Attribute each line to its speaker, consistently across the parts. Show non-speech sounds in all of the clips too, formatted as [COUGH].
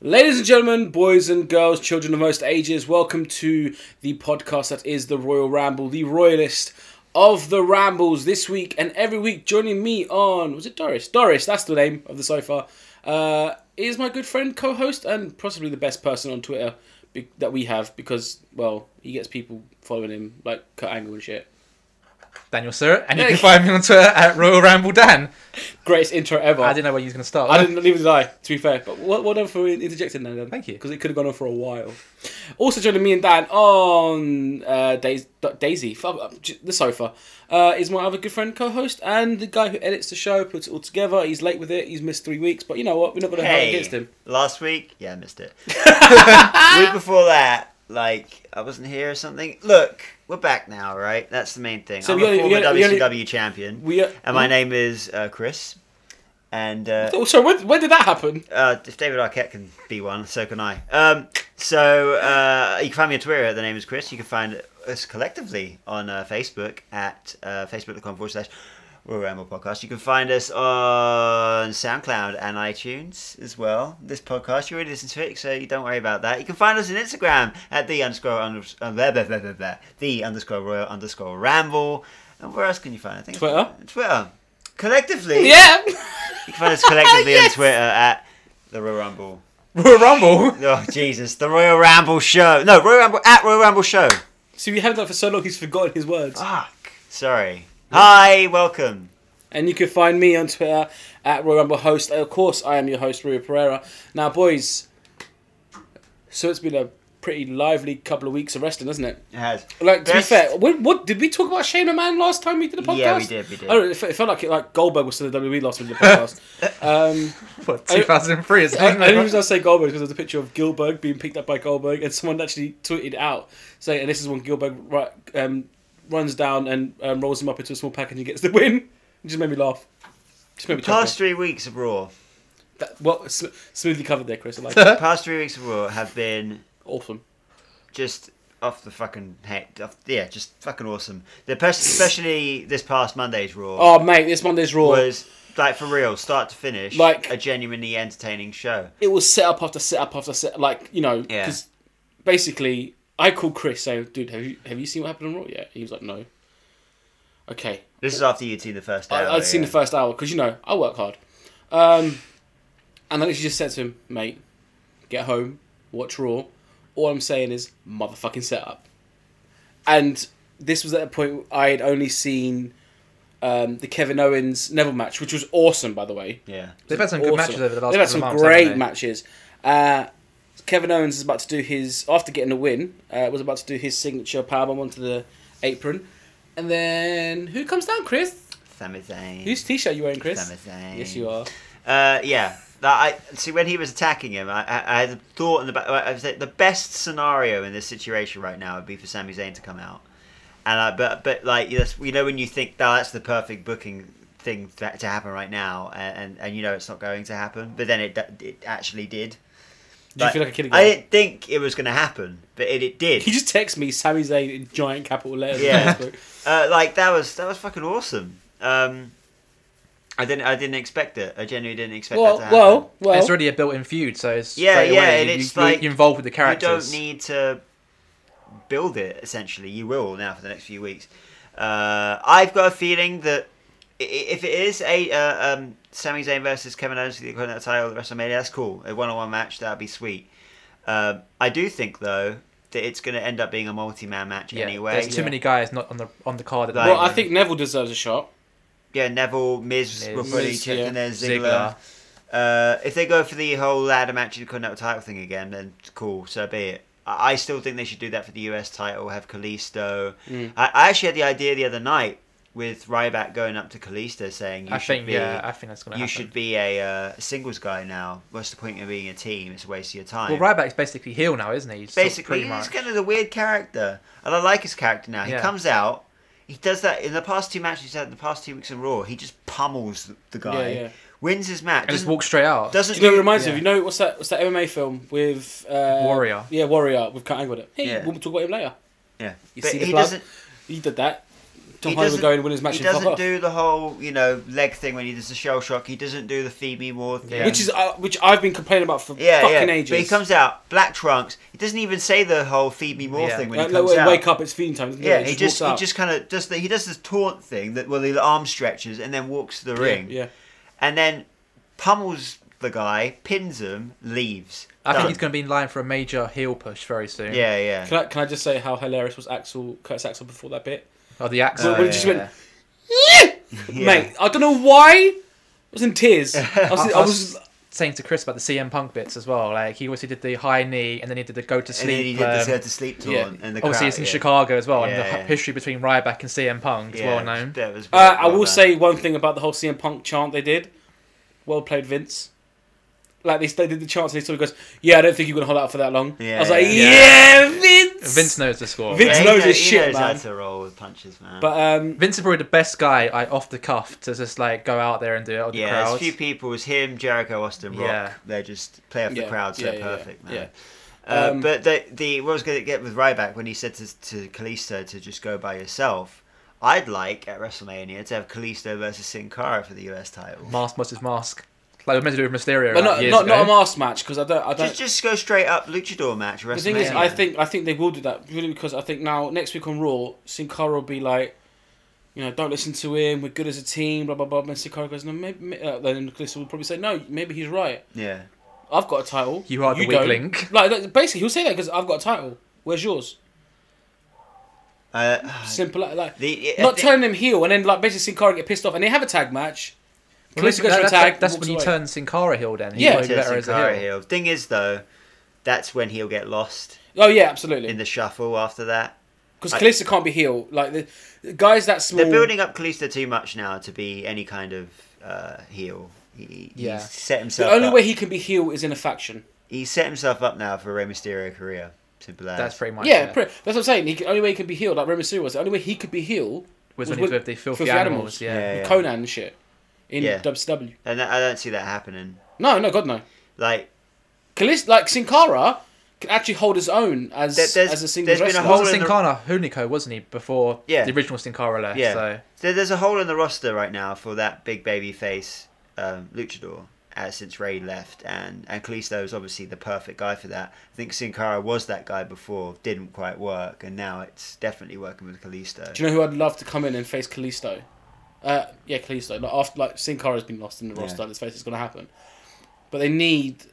Speaker 1: Ladies and gentlemen, boys and girls, children of most ages, welcome to the podcast that is the Royal Ramble, the royalist of the Rambles. This week and every week, joining me on was it Doris? Doris, that's the name of the sofa. Uh, is my good friend, co-host, and possibly the best person on Twitter be- that we have because, well, he gets people following him like Kurt Angle and shit.
Speaker 2: Daniel Surratt, and you can find me on Twitter at Royal Ramble Dan.
Speaker 1: Greatest intro ever.
Speaker 2: I didn't know where you was going to start.
Speaker 1: I didn't leave it lie, to be fair. But what, what for interjecting there, then?
Speaker 2: Thank you.
Speaker 1: Because it could have gone on for a while. Also joining me and Dan on uh, Dais- Da- Daisy, fuck, uh, j- the sofa, uh, is my other good friend, co-host, and the guy who edits the show, puts it all together. He's late with it. He's missed three weeks, but you know what? We're not going to hold it against him.
Speaker 3: Last week, yeah, I
Speaker 1: [LAUGHS]
Speaker 3: missed it. [LAUGHS] week before that, like I wasn't here or something. Look, we're back now, right? That's the main thing.
Speaker 1: So
Speaker 3: I'm
Speaker 1: we
Speaker 3: a
Speaker 1: only- we
Speaker 3: former
Speaker 1: only- we only-
Speaker 3: WCW champion,
Speaker 1: We. Uh,
Speaker 3: and my name is uh, Chris. And uh,
Speaker 1: Oh, sorry, when, when did that happen?
Speaker 3: uh, if David Arquette can be one, so can I. Um, so uh, you can find me on Twitter. The name is Chris. You can find us collectively on uh, Facebook at uh, facebook.com forward slash Royal Ramble Podcast. You can find us on SoundCloud and iTunes as well. This podcast, you already listen to it, so you don't worry about that. You can find us on Instagram at the underscore under, uh, blah, blah, blah, blah, blah, the underscore Royal underscore Ramble. And where else can you find? I think
Speaker 1: Twitter?
Speaker 3: Twitter. Collectively,
Speaker 1: Yeah. [LAUGHS]
Speaker 3: you can find us collectively
Speaker 1: Yes.
Speaker 3: on Twitter at the Royal Rumble.
Speaker 2: Royal [LAUGHS] Rumble.
Speaker 3: Oh Jesus, the Royal Ramble show. No, Royal Ramble at Royal Ramble show.
Speaker 1: See, we haven't done for so long. He's forgotten his words.
Speaker 3: Fuck. Sorry. Hi, welcome.
Speaker 1: And you can find me on Twitter at Royal Rumble Host. Of course, I am your host, Rui Pereira. Now, boys, so it's been a pretty lively couple of weeks of wrestling, hasn't it?
Speaker 3: It has.
Speaker 1: Like to
Speaker 3: Best-
Speaker 1: be fair, what, what did we talk about Shane McMahon last time we did the podcast?
Speaker 3: Yeah, we did, we did.
Speaker 1: I don't know, it fe- it felt like it, like Goldberg was still in WWE last time we did the
Speaker 3: [LAUGHS]
Speaker 1: podcast. um,
Speaker 2: What, 2003 is
Speaker 1: I, I, the reason I say Goldberg because there's a picture of Gilbert being picked up by Goldberg, and someone actually tweeted out saying, "And this is when Gilbert ri- um, runs down and um, rolls him up into a small package and gets the win." It just made me laugh. Just made me chuckle.
Speaker 3: Past three weeks of Raw.
Speaker 1: That, well, sm- smoothly covered there, Chris. I like
Speaker 3: [LAUGHS]
Speaker 1: it.
Speaker 3: Past three weeks of Raw have been
Speaker 1: awesome.
Speaker 3: just off the fucking head. Off, yeah, just fucking awesome. The pers- especially this past Monday's Raw
Speaker 1: Oh mate, this Monday's Raw.
Speaker 3: was like for real, start to finish,
Speaker 1: Like-
Speaker 3: a genuinely entertaining show.
Speaker 1: it was set up after set up after set like you know
Speaker 3: Yeah.
Speaker 1: because basically i called chris saying dude have you have you seen what happened on raw yet he was like no okay
Speaker 3: This is after you'd seen the first.
Speaker 1: I,
Speaker 3: hour,
Speaker 1: i'd seen
Speaker 3: yeah.
Speaker 1: the first hour because you know i work hard um and i literally just said to him mate get home watch raw all i'm saying is motherfucking setup and this was at a point i had only seen um, the Kevin Owens Neville match, which was awesome, by the way.
Speaker 3: Yeah.
Speaker 2: They've had some good
Speaker 1: Awesome.
Speaker 2: matches over the last
Speaker 1: They've had some
Speaker 2: couple of months,
Speaker 1: great
Speaker 2: haven't they?
Speaker 1: matches. Uh, Kevin Owens is about to do his after getting a win. Uh, was about to do his signature powerbomb onto the apron, and then who comes down? Chris.
Speaker 3: Sami Zayn.
Speaker 1: Whose t-shirt you wearing, Chris?
Speaker 3: Sami Zayn.
Speaker 1: Yes, you are.
Speaker 3: Uh, yeah. That I see when he was attacking him, I, I, I had a thought in the back. I was like, the best scenario in this situation right now would be for Sami Zayn to come out, and I, but but like yes, you know when you think oh, that's the perfect booking thing to, to happen right now, and, and and you know it's not going to happen, but then it d- it actually did.
Speaker 1: Do you feel like a kid again?
Speaker 3: I didn't think it was going to happen, but it, it did.
Speaker 1: He just texts me, Sami Zayn in giant capital letters. [LAUGHS]
Speaker 3: Yeah.
Speaker 1: On Facebook.
Speaker 3: Uh, like that was that was fucking awesome. Um, I didn't I didn't expect it. I genuinely didn't expect
Speaker 1: Well,
Speaker 3: that to happen.
Speaker 1: well, well.
Speaker 2: It's already a built-in feud, so it's
Speaker 3: Yeah,
Speaker 2: straight
Speaker 3: yeah,
Speaker 2: away,
Speaker 3: and
Speaker 2: you-
Speaker 3: it's
Speaker 2: you,
Speaker 3: like-
Speaker 2: are involved with the
Speaker 3: you
Speaker 2: characters.
Speaker 3: don't need to build it essentially you will now for the next few weeks uh, i've got a feeling that i- i- if it is a uh, um, Sami Zayn versus Kevin Owens for the Continental title at WrestleMania, that's cool. A one-on-one match, that'd be sweet. Um, I do think though that it's going to end up being a multi-man match
Speaker 2: yeah,
Speaker 3: anyway.
Speaker 2: there's too
Speaker 1: yeah.
Speaker 2: many guys not on the on the card at the
Speaker 3: Like-
Speaker 1: Well, I
Speaker 2: moment.
Speaker 1: think Neville deserves a shot.
Speaker 3: Yeah, Neville, Miz,
Speaker 2: Miz.
Speaker 3: were probably
Speaker 1: Miz,
Speaker 3: checking
Speaker 1: yeah.
Speaker 3: their
Speaker 2: Ziggler.
Speaker 3: Ziggler. Uh, if they go for the whole ladder match and Continental title thing again, then cool, so be it. I I still think they should do that for the US title, have Kalisto.
Speaker 1: Mm.
Speaker 3: I, I actually had the idea the other night with Ryback going up to Kalisto saying, you
Speaker 2: I
Speaker 3: should
Speaker 2: think
Speaker 3: be,
Speaker 2: yeah, I think that's gonna
Speaker 3: you
Speaker 2: happen.
Speaker 3: should be a uh, singles guy now. What's the point of being a team? It's a waste of your time.
Speaker 2: Well, Ryback's basically heel now, isn't he? He's sort of
Speaker 3: Basically,
Speaker 2: pretty much.
Speaker 3: he's kind of the weird character, and I like his character now. He
Speaker 2: Yeah.
Speaker 3: comes out, he does that in the past two matches. He's had in the past two weeks in Raw. He just pummels the- the guy,
Speaker 1: Yeah, yeah.
Speaker 3: wins his match,
Speaker 2: and just
Speaker 3: doesn't,
Speaker 2: walks straight out.
Speaker 3: doesn't
Speaker 1: Do you know what
Speaker 3: do-
Speaker 1: it reminds me of?
Speaker 2: Yeah.
Speaker 1: You know what's that? What's that MMA film with uh,
Speaker 2: Warrior.
Speaker 1: Yeah, Warrior with Kurt Angle. in it. Hey,
Speaker 3: Yeah.
Speaker 1: we'll talk about him later.
Speaker 3: yeah,
Speaker 1: You
Speaker 3: but
Speaker 1: see the
Speaker 3: he
Speaker 1: plug?
Speaker 3: doesn't.
Speaker 1: He did that. Tom
Speaker 3: he
Speaker 1: Holland
Speaker 3: doesn't,
Speaker 1: would go and win his match
Speaker 3: he
Speaker 1: and pop
Speaker 3: doesn't
Speaker 1: off.
Speaker 3: do the whole you know leg thing when he does the shell shock. He doesn't do the Phoebe War thing,
Speaker 2: Yeah.
Speaker 1: Which is uh, which I've been complaining about for
Speaker 3: yeah,
Speaker 1: fucking
Speaker 3: yeah.
Speaker 1: ages.
Speaker 3: But he comes out black trunks. He doesn't even say the whole Phoebe War
Speaker 2: Yeah.
Speaker 3: thing when
Speaker 1: Uh,
Speaker 3: he
Speaker 1: no,
Speaker 3: comes
Speaker 1: wait,
Speaker 3: out.
Speaker 1: wake up, it's feeding time. doesn't
Speaker 3: Yeah, he just
Speaker 1: walks
Speaker 3: he
Speaker 1: out.
Speaker 3: just kind of does the he does this taunt thing that well the arm stretches and then walks to the
Speaker 1: yeah,
Speaker 3: ring
Speaker 1: Yeah,
Speaker 3: and then pummels the guy, pins him, leaves.
Speaker 2: I think
Speaker 3: Done.
Speaker 2: he's going to be in line for a major heel push very soon.
Speaker 3: yeah, yeah.
Speaker 1: Can I, can I just say how hilarious was Axel Curtis Axel before that bit?
Speaker 2: Oh, the axe.
Speaker 1: Well,
Speaker 3: Oh,
Speaker 1: when he just
Speaker 3: yeah.
Speaker 1: went,
Speaker 3: Yeah.
Speaker 1: mate. I don't know why. I was in
Speaker 3: [LAUGHS]
Speaker 1: tears. I was, uh,
Speaker 2: I
Speaker 1: I was
Speaker 2: saying to Chris about the CM Punk bits as well. Like he also did the high knee, and then he did the go to
Speaker 3: And then he
Speaker 2: sleep.
Speaker 3: did this
Speaker 2: um,
Speaker 3: go to sleep taunt
Speaker 1: yeah.
Speaker 3: and the crowd.
Speaker 2: obviously, it's in
Speaker 3: yeah.
Speaker 2: Chicago as well, and
Speaker 3: Yeah,
Speaker 2: the
Speaker 3: yeah.
Speaker 2: history between Ryback and CM Punk is
Speaker 3: Yeah,
Speaker 2: well known.
Speaker 3: that was
Speaker 1: Uh, I
Speaker 3: well
Speaker 1: will
Speaker 3: done.
Speaker 1: say one thing about the whole CM Punk chant they did. Well played, Vince. Like they, they did the chant and he sort of goes, "Yeah, I don't think you're gonna hold out for that long."
Speaker 3: Yeah,
Speaker 1: I was like,
Speaker 3: yeah.
Speaker 1: "Yeah, Vince."
Speaker 2: Vince knows the score.
Speaker 1: Vince-
Speaker 2: Vince,
Speaker 3: Yeah, he
Speaker 1: knows
Speaker 3: kno-
Speaker 1: his
Speaker 3: he
Speaker 1: shit,
Speaker 3: knows how
Speaker 1: man.
Speaker 3: to roll with punches, man.
Speaker 1: But um,
Speaker 2: Vince is probably the best guy I off the cuff to just like go out there and do it on the
Speaker 3: yeah, there's a
Speaker 2: crowd.
Speaker 3: few people. It was him, Jericho, Austin, Rock.
Speaker 2: Yeah.
Speaker 3: They just play off the
Speaker 1: Yeah,
Speaker 3: crowd so
Speaker 1: yeah, yeah,
Speaker 3: perfect,
Speaker 1: yeah,
Speaker 3: man.
Speaker 1: yeah.
Speaker 3: Uh,
Speaker 1: Um,
Speaker 3: but the the what I was going to get with Ryback when he said to to Kalisto to just go by yourself. I'd like at WrestleMania to have Kalisto versus Sin Cara for the US title.
Speaker 2: Mask versus mask. Like we meant to do with Mysterio.
Speaker 1: but
Speaker 2: like,
Speaker 1: not
Speaker 2: years
Speaker 1: not,
Speaker 2: ago.
Speaker 1: not a mask match because I don't I don't.
Speaker 3: Just just go straight up luchador match. WrestleMania.
Speaker 1: the thing is, I think I think they will do that really because I think now next week on Raw, Sin Cara will be like, you know, don't listen to him. We're good as a team. Blah blah blah. And Sin Cara goes, no, maybe. may- Uh, then Chris will probably say, no, maybe he's right.
Speaker 3: yeah.
Speaker 1: I've got a title.
Speaker 2: You are the weak
Speaker 1: don't."
Speaker 2: link.
Speaker 1: Like that- basically, he'll say that because I've got a title. Where's yours?
Speaker 3: Uh,
Speaker 1: Simple like. like
Speaker 3: the, I
Speaker 1: not
Speaker 3: thi-
Speaker 1: turn them heel and then like basically Sin Cara get pissed off and they have a tag match.
Speaker 2: Well,
Speaker 1: Kalisto goes
Speaker 2: that-
Speaker 1: for a
Speaker 2: that-
Speaker 1: tag.
Speaker 2: that's
Speaker 1: walks
Speaker 2: when you
Speaker 1: away.
Speaker 2: turn Sin Cara heel. Then He's
Speaker 1: Yeah.
Speaker 2: probably
Speaker 3: Turn
Speaker 2: better
Speaker 3: Sin
Speaker 2: as a
Speaker 3: Cara
Speaker 2: heel.
Speaker 3: heel. Thing is though, that's when he'll get lost
Speaker 1: Oh yeah, absolutely.
Speaker 3: in the shuffle after that.
Speaker 1: Because
Speaker 3: I-
Speaker 1: Kalisto can't be heel. Like the, the guys that small.
Speaker 3: They're building up Kalisto too much now to be any kind of uh, heel. He,
Speaker 2: Yeah.
Speaker 3: He's set
Speaker 1: the
Speaker 3: himself.
Speaker 1: only
Speaker 3: up.
Speaker 1: way he can be heel is in a faction.
Speaker 3: he's set himself up now for a Rey Mysterio career. Simple as.
Speaker 2: That's pretty much
Speaker 1: yeah,
Speaker 2: it.
Speaker 1: pre- that's what I'm saying. He, the only way he can be healed, like Rey Mysterio was, the only way he could be healed
Speaker 2: was
Speaker 1: was
Speaker 2: when he was
Speaker 1: with
Speaker 2: with the filthy,
Speaker 1: Filthy Animals.
Speaker 2: animals. Yeah.
Speaker 3: Yeah.
Speaker 1: with Conan and shit in
Speaker 3: Yeah.
Speaker 1: WCW.
Speaker 3: And I I don't see that happening.
Speaker 1: No, no, God, no.
Speaker 3: Like
Speaker 1: Kalisto, like Sin Cara, can actually hold his own as
Speaker 3: There- there's-
Speaker 1: as a singles
Speaker 3: there's been a
Speaker 1: wrestler.
Speaker 3: whole-
Speaker 2: Wasn't
Speaker 3: in
Speaker 2: Sin
Speaker 3: the-
Speaker 2: Cara Hunico, wasn't he, before
Speaker 3: Yeah.
Speaker 2: the original Sin Cara left?
Speaker 3: Yeah.
Speaker 2: So
Speaker 3: there, there's a hole in the roster right now for that big baby face um, luchador. Uh, since Ray left, and and Kalisto is obviously the perfect guy for that. I think Sin Cara was that guy before, didn't quite work, and now it's definitely working with Kalisto.
Speaker 1: Do you know who I'd love to come in and face Kalisto? Uh, yeah, Kalisto. Like after like Sin Cara's been lost in the
Speaker 3: Yeah.
Speaker 1: roster, let's face it, it's gonna happen. But they need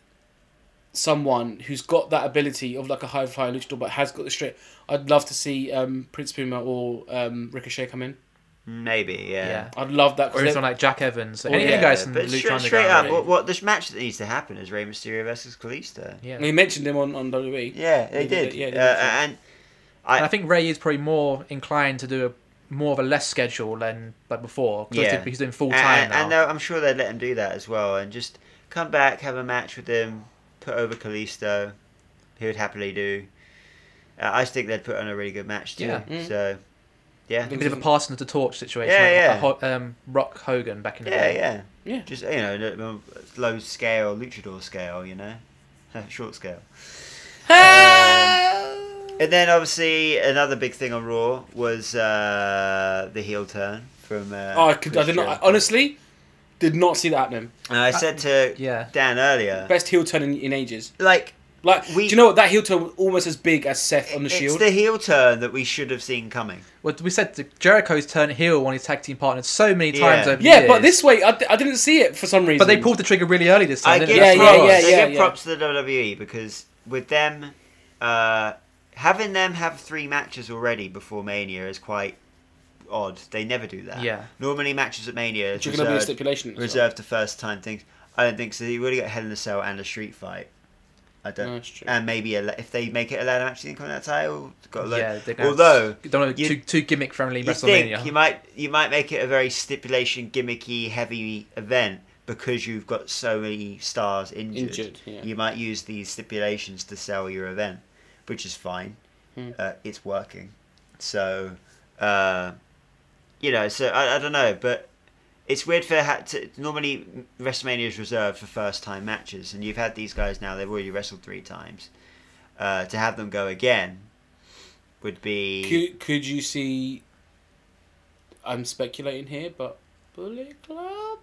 Speaker 1: someone who's got that ability of like a high flying luchador, but has got the straight. I'd love to see um, Prince Puma or um, Ricochet come in.
Speaker 3: Maybe, yeah.
Speaker 2: Yeah.
Speaker 1: I'd love that. 'cause
Speaker 2: or
Speaker 1: they-
Speaker 2: he's on like Jack Evans. Any,
Speaker 1: yeah,
Speaker 2: any guys from
Speaker 3: Oh, but
Speaker 2: Lucha
Speaker 3: straight,
Speaker 2: Underground.
Speaker 3: straight up,
Speaker 2: really.
Speaker 3: what, what this match that needs to happen is Rey Mysterio versus Kalisto.
Speaker 2: yeah.
Speaker 1: We mentioned him on, E. on WWE.
Speaker 3: Yeah, they
Speaker 1: Yeah,
Speaker 3: did.
Speaker 1: yeah, they
Speaker 3: uh,
Speaker 1: did, yeah.
Speaker 3: and
Speaker 2: And I think Ray is probably more inclined to do a, more of a less schedule than like before. Cause
Speaker 3: Yeah.
Speaker 2: yeah. He's doing full time
Speaker 3: and,
Speaker 2: now.
Speaker 3: and they'll- I'm sure they'd let him do that as well, and just come back, have a match with him, put over Kalisto. He would happily do. Uh, I just think they'd put on a really good match too.
Speaker 2: Yeah.
Speaker 1: Mm.
Speaker 3: So, yeah,
Speaker 2: a bit of a passing of the torch situation.
Speaker 3: Yeah,
Speaker 2: like,
Speaker 3: yeah.
Speaker 2: a Ho- um, Rock Hogan back in the
Speaker 3: yeah,
Speaker 2: day.
Speaker 3: yeah,
Speaker 1: Yeah.
Speaker 3: Just you know, low- low scale luchador scale, you know, [LAUGHS] short scale.
Speaker 1: Um,
Speaker 3: And then obviously another big thing on Raw was uh, the heel turn from. Uh,
Speaker 1: Oh, I, could, I
Speaker 3: Chris
Speaker 1: did not. I
Speaker 3: Jericho.
Speaker 1: honestly did not see that happening.
Speaker 3: And I said to
Speaker 2: yeah.
Speaker 3: Dan earlier,
Speaker 1: Best heel turn in, in ages.
Speaker 3: like
Speaker 1: Like,
Speaker 3: We-
Speaker 1: do you know what? That heel turn was almost as big as Seth on the
Speaker 3: it's
Speaker 1: Shield.
Speaker 3: the heel turn that we should have seen coming.
Speaker 2: Well, we said that Jericho's turned heel on his tag team partners so many times
Speaker 3: Yeah.
Speaker 2: over the
Speaker 1: yeah, but
Speaker 2: years.
Speaker 1: this way, I, d- I didn't see it for some reason.
Speaker 2: But they pulled the trigger really early this time.
Speaker 3: I
Speaker 2: didn't
Speaker 3: give
Speaker 2: they? That's what
Speaker 1: yeah, yeah,
Speaker 2: it
Speaker 3: props.
Speaker 2: was.
Speaker 3: I
Speaker 1: yeah,
Speaker 3: give
Speaker 1: yeah.
Speaker 3: props to the WWE because with them, uh, having them have three matches already before Mania is quite odd. They never do that.
Speaker 2: Yeah.
Speaker 3: Normally matches at Mania is
Speaker 1: Which are going to be a
Speaker 3: reserved,
Speaker 1: stipulation. as well.
Speaker 3: reserved to first time things. I don't think so. You already got Hell in a Cell and a Street Fight. I don't.
Speaker 1: No, that's true.
Speaker 3: and maybe a, if they make it a ladder match, you think on that title. Got a load.
Speaker 2: Yeah, they're gonna-
Speaker 3: Although
Speaker 2: don't know,
Speaker 3: you-
Speaker 2: too, too gimmick friendly
Speaker 3: you
Speaker 2: WrestleMania.
Speaker 3: think you might you might make it a very stipulation gimmicky heavy event because you've got so many stars injured.
Speaker 1: Injured, yeah.
Speaker 3: You might use these stipulations to sell your event, which is fine.
Speaker 1: Hmm.
Speaker 3: Uh, it's working, so uh, you know. So I, I don't know, but it's weird for ha- to, normally WrestleMania is reserved for first time matches, and you've had these guys now. They've already wrestled three times. Uh, to have them go again would be
Speaker 1: Could, could you see I'm speculating here, but Bullet Club.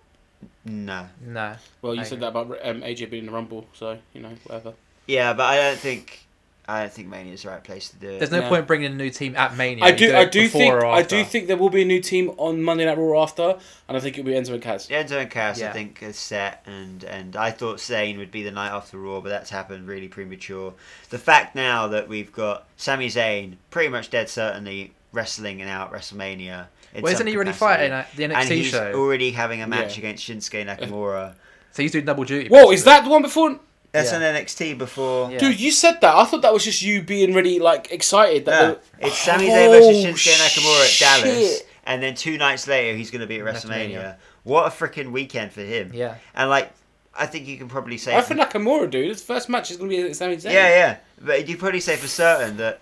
Speaker 3: No.
Speaker 2: No.
Speaker 1: Well, you
Speaker 2: Okay.
Speaker 1: said that about um, AJ being in the Rumble, so you know whatever.
Speaker 3: Yeah, but I don't think I don't think Mania is the right place to do it.
Speaker 2: There's no
Speaker 1: No.
Speaker 2: point bringing a new team at Mania.
Speaker 1: I
Speaker 2: You
Speaker 1: do,
Speaker 2: it
Speaker 1: I do
Speaker 2: before
Speaker 1: think,
Speaker 2: or
Speaker 1: I do
Speaker 2: after.
Speaker 1: think there will be a new team on Monday Night Raw after, and I think it'll be Enzo and Kaz.
Speaker 3: Yeah, Enzo and Cass, I
Speaker 2: Yeah.
Speaker 3: think, is set, and and I thought Zayn would be the night after Raw, but that's happened really premature. The fact now that we've got Sami Zayn pretty much dead certainly wrestling and out WrestleMania. in
Speaker 2: Well,
Speaker 3: some
Speaker 2: isn't he already
Speaker 3: capacity.
Speaker 2: fighting at the
Speaker 3: and
Speaker 2: NXT
Speaker 3: he's
Speaker 2: show?
Speaker 3: already having a
Speaker 1: Yeah.
Speaker 3: match against Shinsuke Nakamura.
Speaker 2: So he's doing double duty.
Speaker 1: Whoa,
Speaker 2: basically.
Speaker 1: is that the one before?
Speaker 3: That's
Speaker 2: Yeah.
Speaker 3: on NXT before.
Speaker 2: Yeah.
Speaker 1: Dude, you said that. I thought that was just you being really like excited. That
Speaker 3: No,
Speaker 1: they-
Speaker 3: it's Sami Zayn versus
Speaker 1: Oh,
Speaker 3: Shinsuke Nakamura at Dallas,
Speaker 1: shit.
Speaker 3: and then two nights later he's going to be at WrestleMania.
Speaker 2: WrestleMania.
Speaker 3: What a freaking weekend for him!
Speaker 2: Yeah.
Speaker 3: and like I think you can probably say
Speaker 1: I think Nakamura, dude, his first match is gonna be against Sami Zayn.
Speaker 3: Yeah, yeah. But you probably say for certain that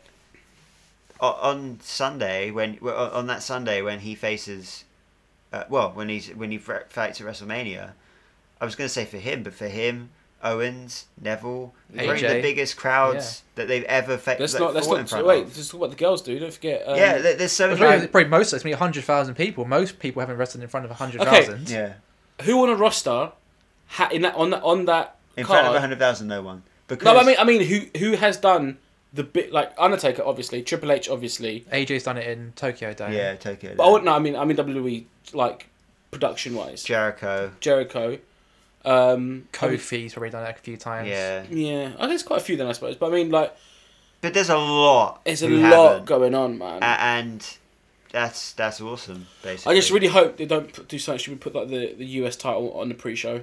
Speaker 3: o- on Sunday, when well, on on that Sunday when he faces, uh, well, when he's when he fr- fights at WrestleMania, I was going to say for him, but for him, Owens, Neville, probably
Speaker 2: AJ.
Speaker 3: the biggest crowds that they've ever faced.
Speaker 1: Let's not. Let's
Speaker 3: in
Speaker 1: not.
Speaker 3: front
Speaker 1: Wait,
Speaker 3: of.
Speaker 1: just talk about the girls, dude. Don't forget. Um,
Speaker 3: yeah, there- there's so
Speaker 2: Well,
Speaker 3: many.
Speaker 2: probably, probably most of us, I mean, 100,000 people. Most people haven't wrestled in front of 100,000.
Speaker 3: Yeah,
Speaker 1: Who on a roster? Ha, in that on that on that
Speaker 3: in
Speaker 1: card.
Speaker 3: front of hundred thousand, no one. Because
Speaker 1: no, but I mean, I mean, who who has done the bit like Undertaker, obviously, Triple H, obviously.
Speaker 2: AJ's done it in Tokyo, Dome.
Speaker 3: yeah, Tokyo.
Speaker 1: But I wouldn't. No, I mean, I mean WWE like production wise.
Speaker 3: Jericho.
Speaker 1: Jericho. Um,
Speaker 2: Kofi's probably done it a few times.
Speaker 3: Yeah,
Speaker 1: Yeah, I guess quite a few then I suppose. But I mean, like,
Speaker 3: but there's a lot.
Speaker 1: it's a
Speaker 3: who
Speaker 1: lot
Speaker 3: haven't.
Speaker 1: going on, man.
Speaker 3: A- and that's that's awesome. Basically,
Speaker 1: I just really hope they don't put, do something. Should we put like the, the US title on the pre-show?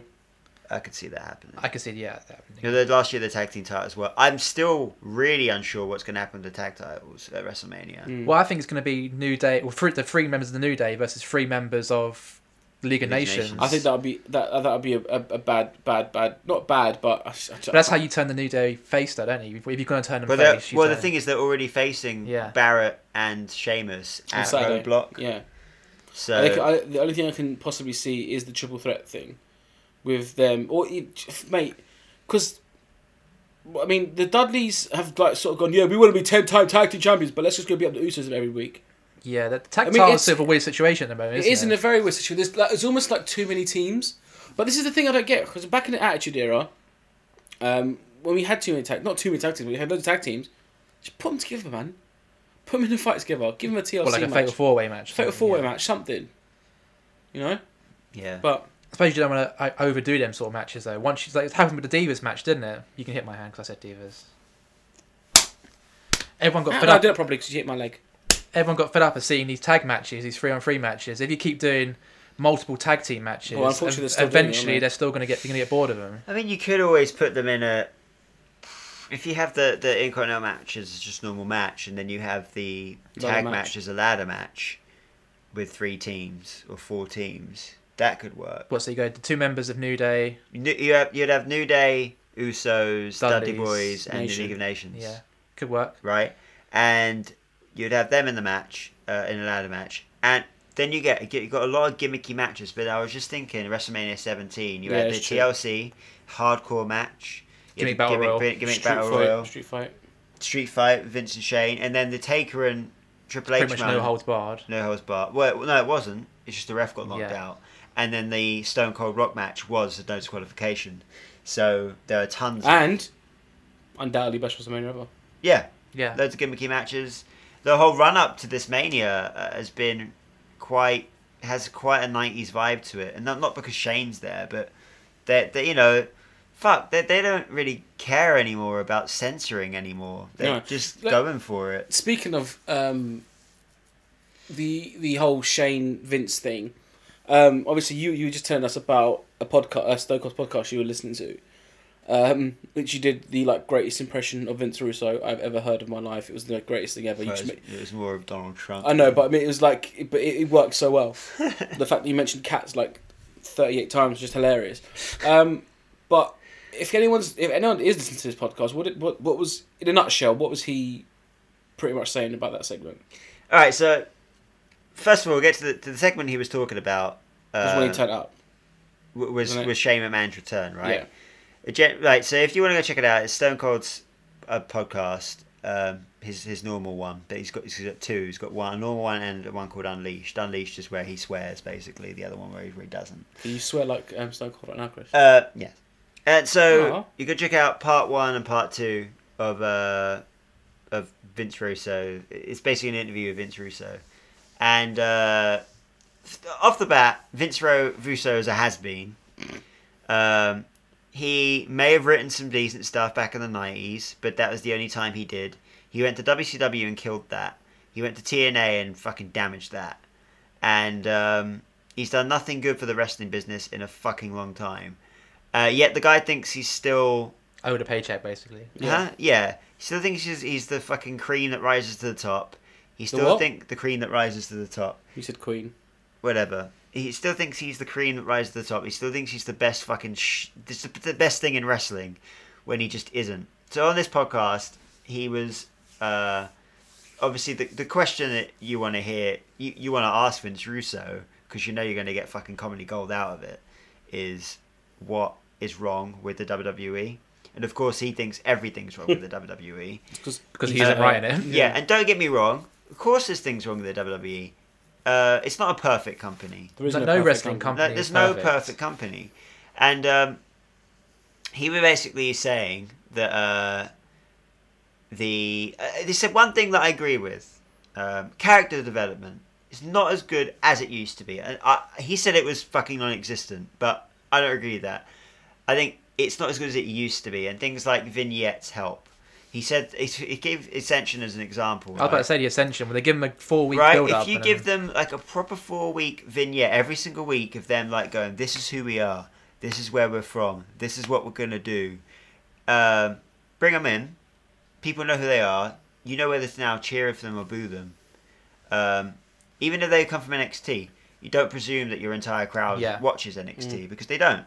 Speaker 3: I could see that happening.
Speaker 2: I could see, yeah. that happening.
Speaker 3: You know, the- last year the tag team titles were. I'm still really unsure what's going to happen to tag titles at WrestleMania.
Speaker 1: Mm,
Speaker 2: Well, I think it's going to be New Day, or three, the three members of the New Day versus three members of League of
Speaker 3: League of
Speaker 2: Nations.
Speaker 3: Nations.
Speaker 1: I think that would be that that would be a, a, a bad bad bad not bad, but I, I,
Speaker 2: But that's how you turn the New Day face, though, don't you? If you're going to turn them
Speaker 3: But they're-
Speaker 2: face, you
Speaker 3: well, the
Speaker 2: turn-
Speaker 3: thing is, they're already facing
Speaker 2: Yeah.
Speaker 3: Barrett and Sheamus
Speaker 1: on
Speaker 3: at
Speaker 1: Saturday.
Speaker 3: Roadblock.
Speaker 1: Yeah,
Speaker 3: So
Speaker 1: I think I, the only thing I can possibly see is the triple threat thing with them or you- mate, because. I mean, the Dudleys have like sort of gone. Yeah, we want to be ten-time tag team champions, but let's just go beat up the Usos every week.
Speaker 2: Yeah, the
Speaker 1: mean,
Speaker 2: tactile
Speaker 1: it's-
Speaker 2: is sort of a weird situation at the moment.
Speaker 1: It
Speaker 2: Isn't
Speaker 1: is in a very weird situation. There's, like, there's almost like too many teams. But this is the thing I don't get because back in the Attitude Era, um, when we had too many tag, not too many tag teams, but we had loads of tag teams. Just put them together, man. Put them in a fight together. Give them a TLC
Speaker 2: Or like a
Speaker 1: match,
Speaker 2: fatal four way match.
Speaker 1: fatal
Speaker 2: something,
Speaker 1: four way
Speaker 2: yeah.
Speaker 1: match, something. You know,
Speaker 3: yeah,
Speaker 1: but
Speaker 2: I suppose you don't want to overdo them sort of matches though. Once you, like, it happened with the Divas match, didn't it? You can hit my hand because I said Divas. Everyone got fed
Speaker 1: I
Speaker 2: up.
Speaker 1: did it probably because you hit my leg.
Speaker 2: Everyone got fed up of seeing these tag matches, these three on three matches. If you keep doing multiple tag team matches,
Speaker 1: Well, unfortunately, they're still doing
Speaker 2: ev-
Speaker 1: it, aren't
Speaker 2: eventually
Speaker 1: they?
Speaker 2: they're still going to get they're going to get bored of them.
Speaker 3: I mean, you could always put them in a. If you have the the Incontinental match as just normal match, and then you have the
Speaker 1: Ladder
Speaker 3: tag
Speaker 1: match.
Speaker 3: match as a ladder match, with three teams or four teams, that could work.
Speaker 2: What? So you go the two members of New Day.
Speaker 3: New- You have, you'd have New Day, Usos, Dudley
Speaker 2: Dudleys,
Speaker 3: Boys, and the
Speaker 1: Nation.
Speaker 3: League of Nations.
Speaker 2: Yeah, could work.
Speaker 3: Right? And you'd have them in the match, uh, in a ladder match. And then you get, you got a lot of gimmicky matches, but I was just thinking WrestleMania 17, you
Speaker 1: Yeah,
Speaker 3: had the
Speaker 1: it's true.
Speaker 3: TLC hardcore match. you had
Speaker 2: Gimmick Battle
Speaker 3: the
Speaker 2: Royal.
Speaker 3: gimmick, gimmick
Speaker 1: Street
Speaker 3: Battle
Speaker 1: fight,
Speaker 3: Royal,
Speaker 1: Street fight.
Speaker 3: Street Fight, with Vince and Shane, and then the Taker and Triple H
Speaker 2: Pretty much
Speaker 3: moment.
Speaker 2: no holds barred.
Speaker 3: No holds barred. Well, no, it wasn't. It's just the ref got knocked
Speaker 2: Yeah.
Speaker 3: out, and then the Stone Cold Rock match was a no disqualification. So there are tons. of,
Speaker 1: and undoubtedly best WrestleMania ever.
Speaker 3: yeah,
Speaker 2: Yeah.
Speaker 3: loads of gimmicky matches. The whole run up to this Mania uh, has been quite has quite a '90s vibe to it, and not not because Shane's there, but that they, you know. Fuck, they, they don't really care anymore about censoring anymore. They're
Speaker 1: No.
Speaker 3: just
Speaker 1: Let-
Speaker 3: going for it.
Speaker 1: Speaking of um, the the whole Shane Vince thing, um, obviously you you were just telling us about a podcast, a Stokos podcast you were listening to, um, which you did the like greatest impression of Vince Russo I've ever heard of my life. It was the greatest thing ever. You just
Speaker 3: Whereas
Speaker 1: ma-
Speaker 3: It was more of Donald Trump.
Speaker 1: I know, but I mean, it was like, it- but it, it worked so well. the fact that you mentioned cats like thirty-eight times was just hilarious. Um, but if anyone's, if anyone is listening to this podcast, what did, what what was in a nutshell? What was he pretty much saying about that segment?
Speaker 3: All right, so first of all, we'll get to the, to the segment he was talking about.
Speaker 1: That's when
Speaker 3: Uh,
Speaker 1: he turned up.
Speaker 3: w- was
Speaker 1: wasn't it?
Speaker 3: was Shane McMahon's return, right?
Speaker 1: Yeah.
Speaker 3: A gen- Right. So if you want to go check it out, it's Stone Cold's uh, podcast. um, his his normal one, but he's got he's got two. He's got one a normal one and one called Unleashed. Unleashed is where he swears basically. The other one where he, where he doesn't.
Speaker 1: You swear like um, Stone Cold right now, Chris.
Speaker 3: Uh, yeah. And so
Speaker 1: Oh.
Speaker 3: you can check out part one and part two of uh, of Vince Russo. It's basically an interview with Vince Russo, and uh, off the bat, Vince Ro- Russo is a has been. Um, he may have written some decent stuff back in the nineties, but that was the only time he did. He went to WCW and killed that. He went to TNA and fucking damaged that. And um, he's done nothing good for the wrestling business in a fucking long time. Uh, yet the guy thinks he's still,
Speaker 2: Owed a paycheck, basically.
Speaker 1: Yeah.
Speaker 3: yeah. huh? Yeah, he still thinks he's, he's the fucking cream that rises to the top. He still
Speaker 1: what?
Speaker 3: think the cream that rises to the top
Speaker 1: You said Queen.
Speaker 3: whatever. He still thinks he's the cream that rises to the top. He still thinks he's the best fucking sh- this, the best thing in wrestling when he just isn't. So on this podcast, he was uh, obviously the the question that you want to hear, you, you want to ask Vince Russo because you know you're going to get fucking comedy gold out of it. Is what is wrong with the WWE? And of course, he thinks everything's wrong with the WWE.
Speaker 2: Because he
Speaker 3: Yeah.
Speaker 2: isn't writing it.
Speaker 3: Yeah, and don't get me wrong. Of course, there's things wrong with the WWE. Uh, it's not a perfect company.
Speaker 1: There is
Speaker 2: No,
Speaker 1: no,
Speaker 2: no
Speaker 1: perfect
Speaker 2: wrestling
Speaker 1: company.
Speaker 2: company
Speaker 3: No, there's
Speaker 2: is
Speaker 3: no
Speaker 2: perfect.
Speaker 3: perfect company, and um, he was basically saying that uh, the uh, they said one thing that I agree with: um, character development is not as good as it used to be. And I, he said it was fucking non-existent, but I don't agree with that. I think it's not as good as it used to be, and things like vignettes help. He said he he gave Ascension as an
Speaker 2: I
Speaker 3: example.
Speaker 2: was about to
Speaker 3: right?
Speaker 2: say the Ascension, where they give him a four week
Speaker 3: right
Speaker 2: build up.
Speaker 3: if you give them like a proper four week vignette every single week of them like going this is who we are this is where we're from this is what we're going to do um, bring them in people know who they are you know whether to now cheer for them or boo them um, even if they come from nxt you don't presume that your entire crowd
Speaker 2: Yeah. Mm.
Speaker 3: watches nxt because they don't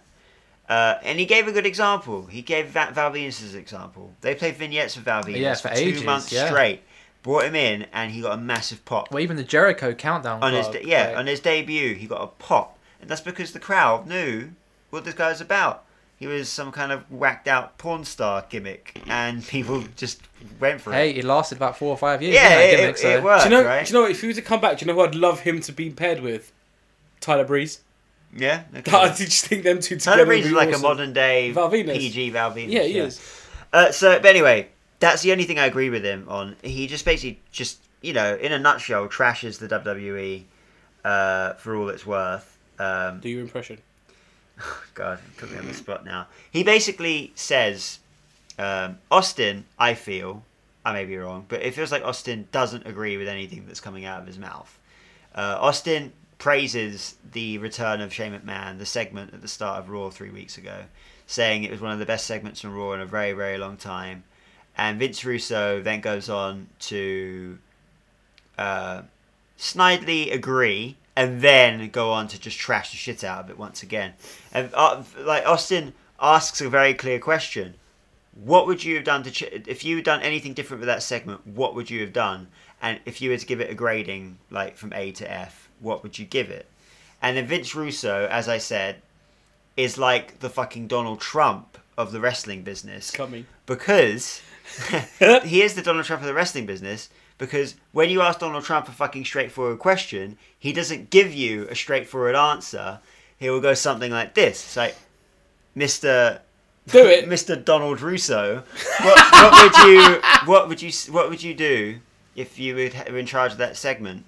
Speaker 3: uh, and he gave a good example. He gave Va- Val Venus's example. They played vignettes with Val Venus
Speaker 2: Yeah,
Speaker 3: for,
Speaker 2: for
Speaker 3: two
Speaker 2: ages,
Speaker 3: months
Speaker 2: yeah.
Speaker 3: straight. Brought him in, and he got a massive pop
Speaker 2: Well, even the Jericho countdown.
Speaker 3: on his
Speaker 2: club,
Speaker 3: de- yeah
Speaker 2: like-
Speaker 3: on his debut he got a pop and that's because the crowd knew what this guy was about he was some kind of whacked out porn star gimmick and [LAUGHS] people just went for
Speaker 2: Hey,
Speaker 3: it
Speaker 2: it lasted about four or five years.
Speaker 3: yeah
Speaker 2: didn't
Speaker 3: it,
Speaker 2: it, gimmick,
Speaker 3: it,
Speaker 2: so-
Speaker 3: it worked
Speaker 1: Do you know?
Speaker 3: right
Speaker 1: Do you know? If he was to come back, do you know who I'd love him to be paired with? Tyler Breeze. [LAUGHS]
Speaker 3: yeah
Speaker 1: I
Speaker 3: okay.
Speaker 1: just think them two together.
Speaker 3: Tyler
Speaker 1: would
Speaker 3: Breeze
Speaker 1: be
Speaker 3: is like a
Speaker 1: awesome.
Speaker 3: modern day
Speaker 1: Val Venus.
Speaker 3: PG Val Venus
Speaker 1: Yeah, he is.
Speaker 3: Uh, so, but anyway, that's the only thing I agree with him on. He just basically just, you know, in a nutshell, trashes the WWE uh, for all it's worth. Um,
Speaker 1: Do your impression.
Speaker 3: God, you put me on the spot now. He basically says, um, Austin, I feel, I may be wrong, but it feels like Austin doesn't agree with anything that's coming out of his mouth. Uh, Austin praises the return of Shane McMahon, the segment at the start of Raw three weeks ago, saying it was one of the best segments on Raw in a very, very long time. And Vince Russo then goes on to uh, snidely agree and then go on to just trash the shit out of it once again. And uh, like Austin asks a very clear question: What would you have done to ch- if you had done anything different with that segment? What would you have done? And if you were to give it a grading, like from A to F, what would you give it? And then Vince Russo, as I said, is like the fucking Donald Trump of the wrestling business
Speaker 1: Coming.
Speaker 3: because [LAUGHS] he is the Donald Trump of the wrestling business. Because when you ask Donald Trump a fucking straightforward question, he doesn't give you a straightforward answer. He will go something like this: "It's like, Mister,
Speaker 1: Do it.
Speaker 3: [LAUGHS] Mister Donald Russo, what, what would you,
Speaker 1: [LAUGHS]
Speaker 3: what would you, what would you do if you were ha- were in charge of that segment?"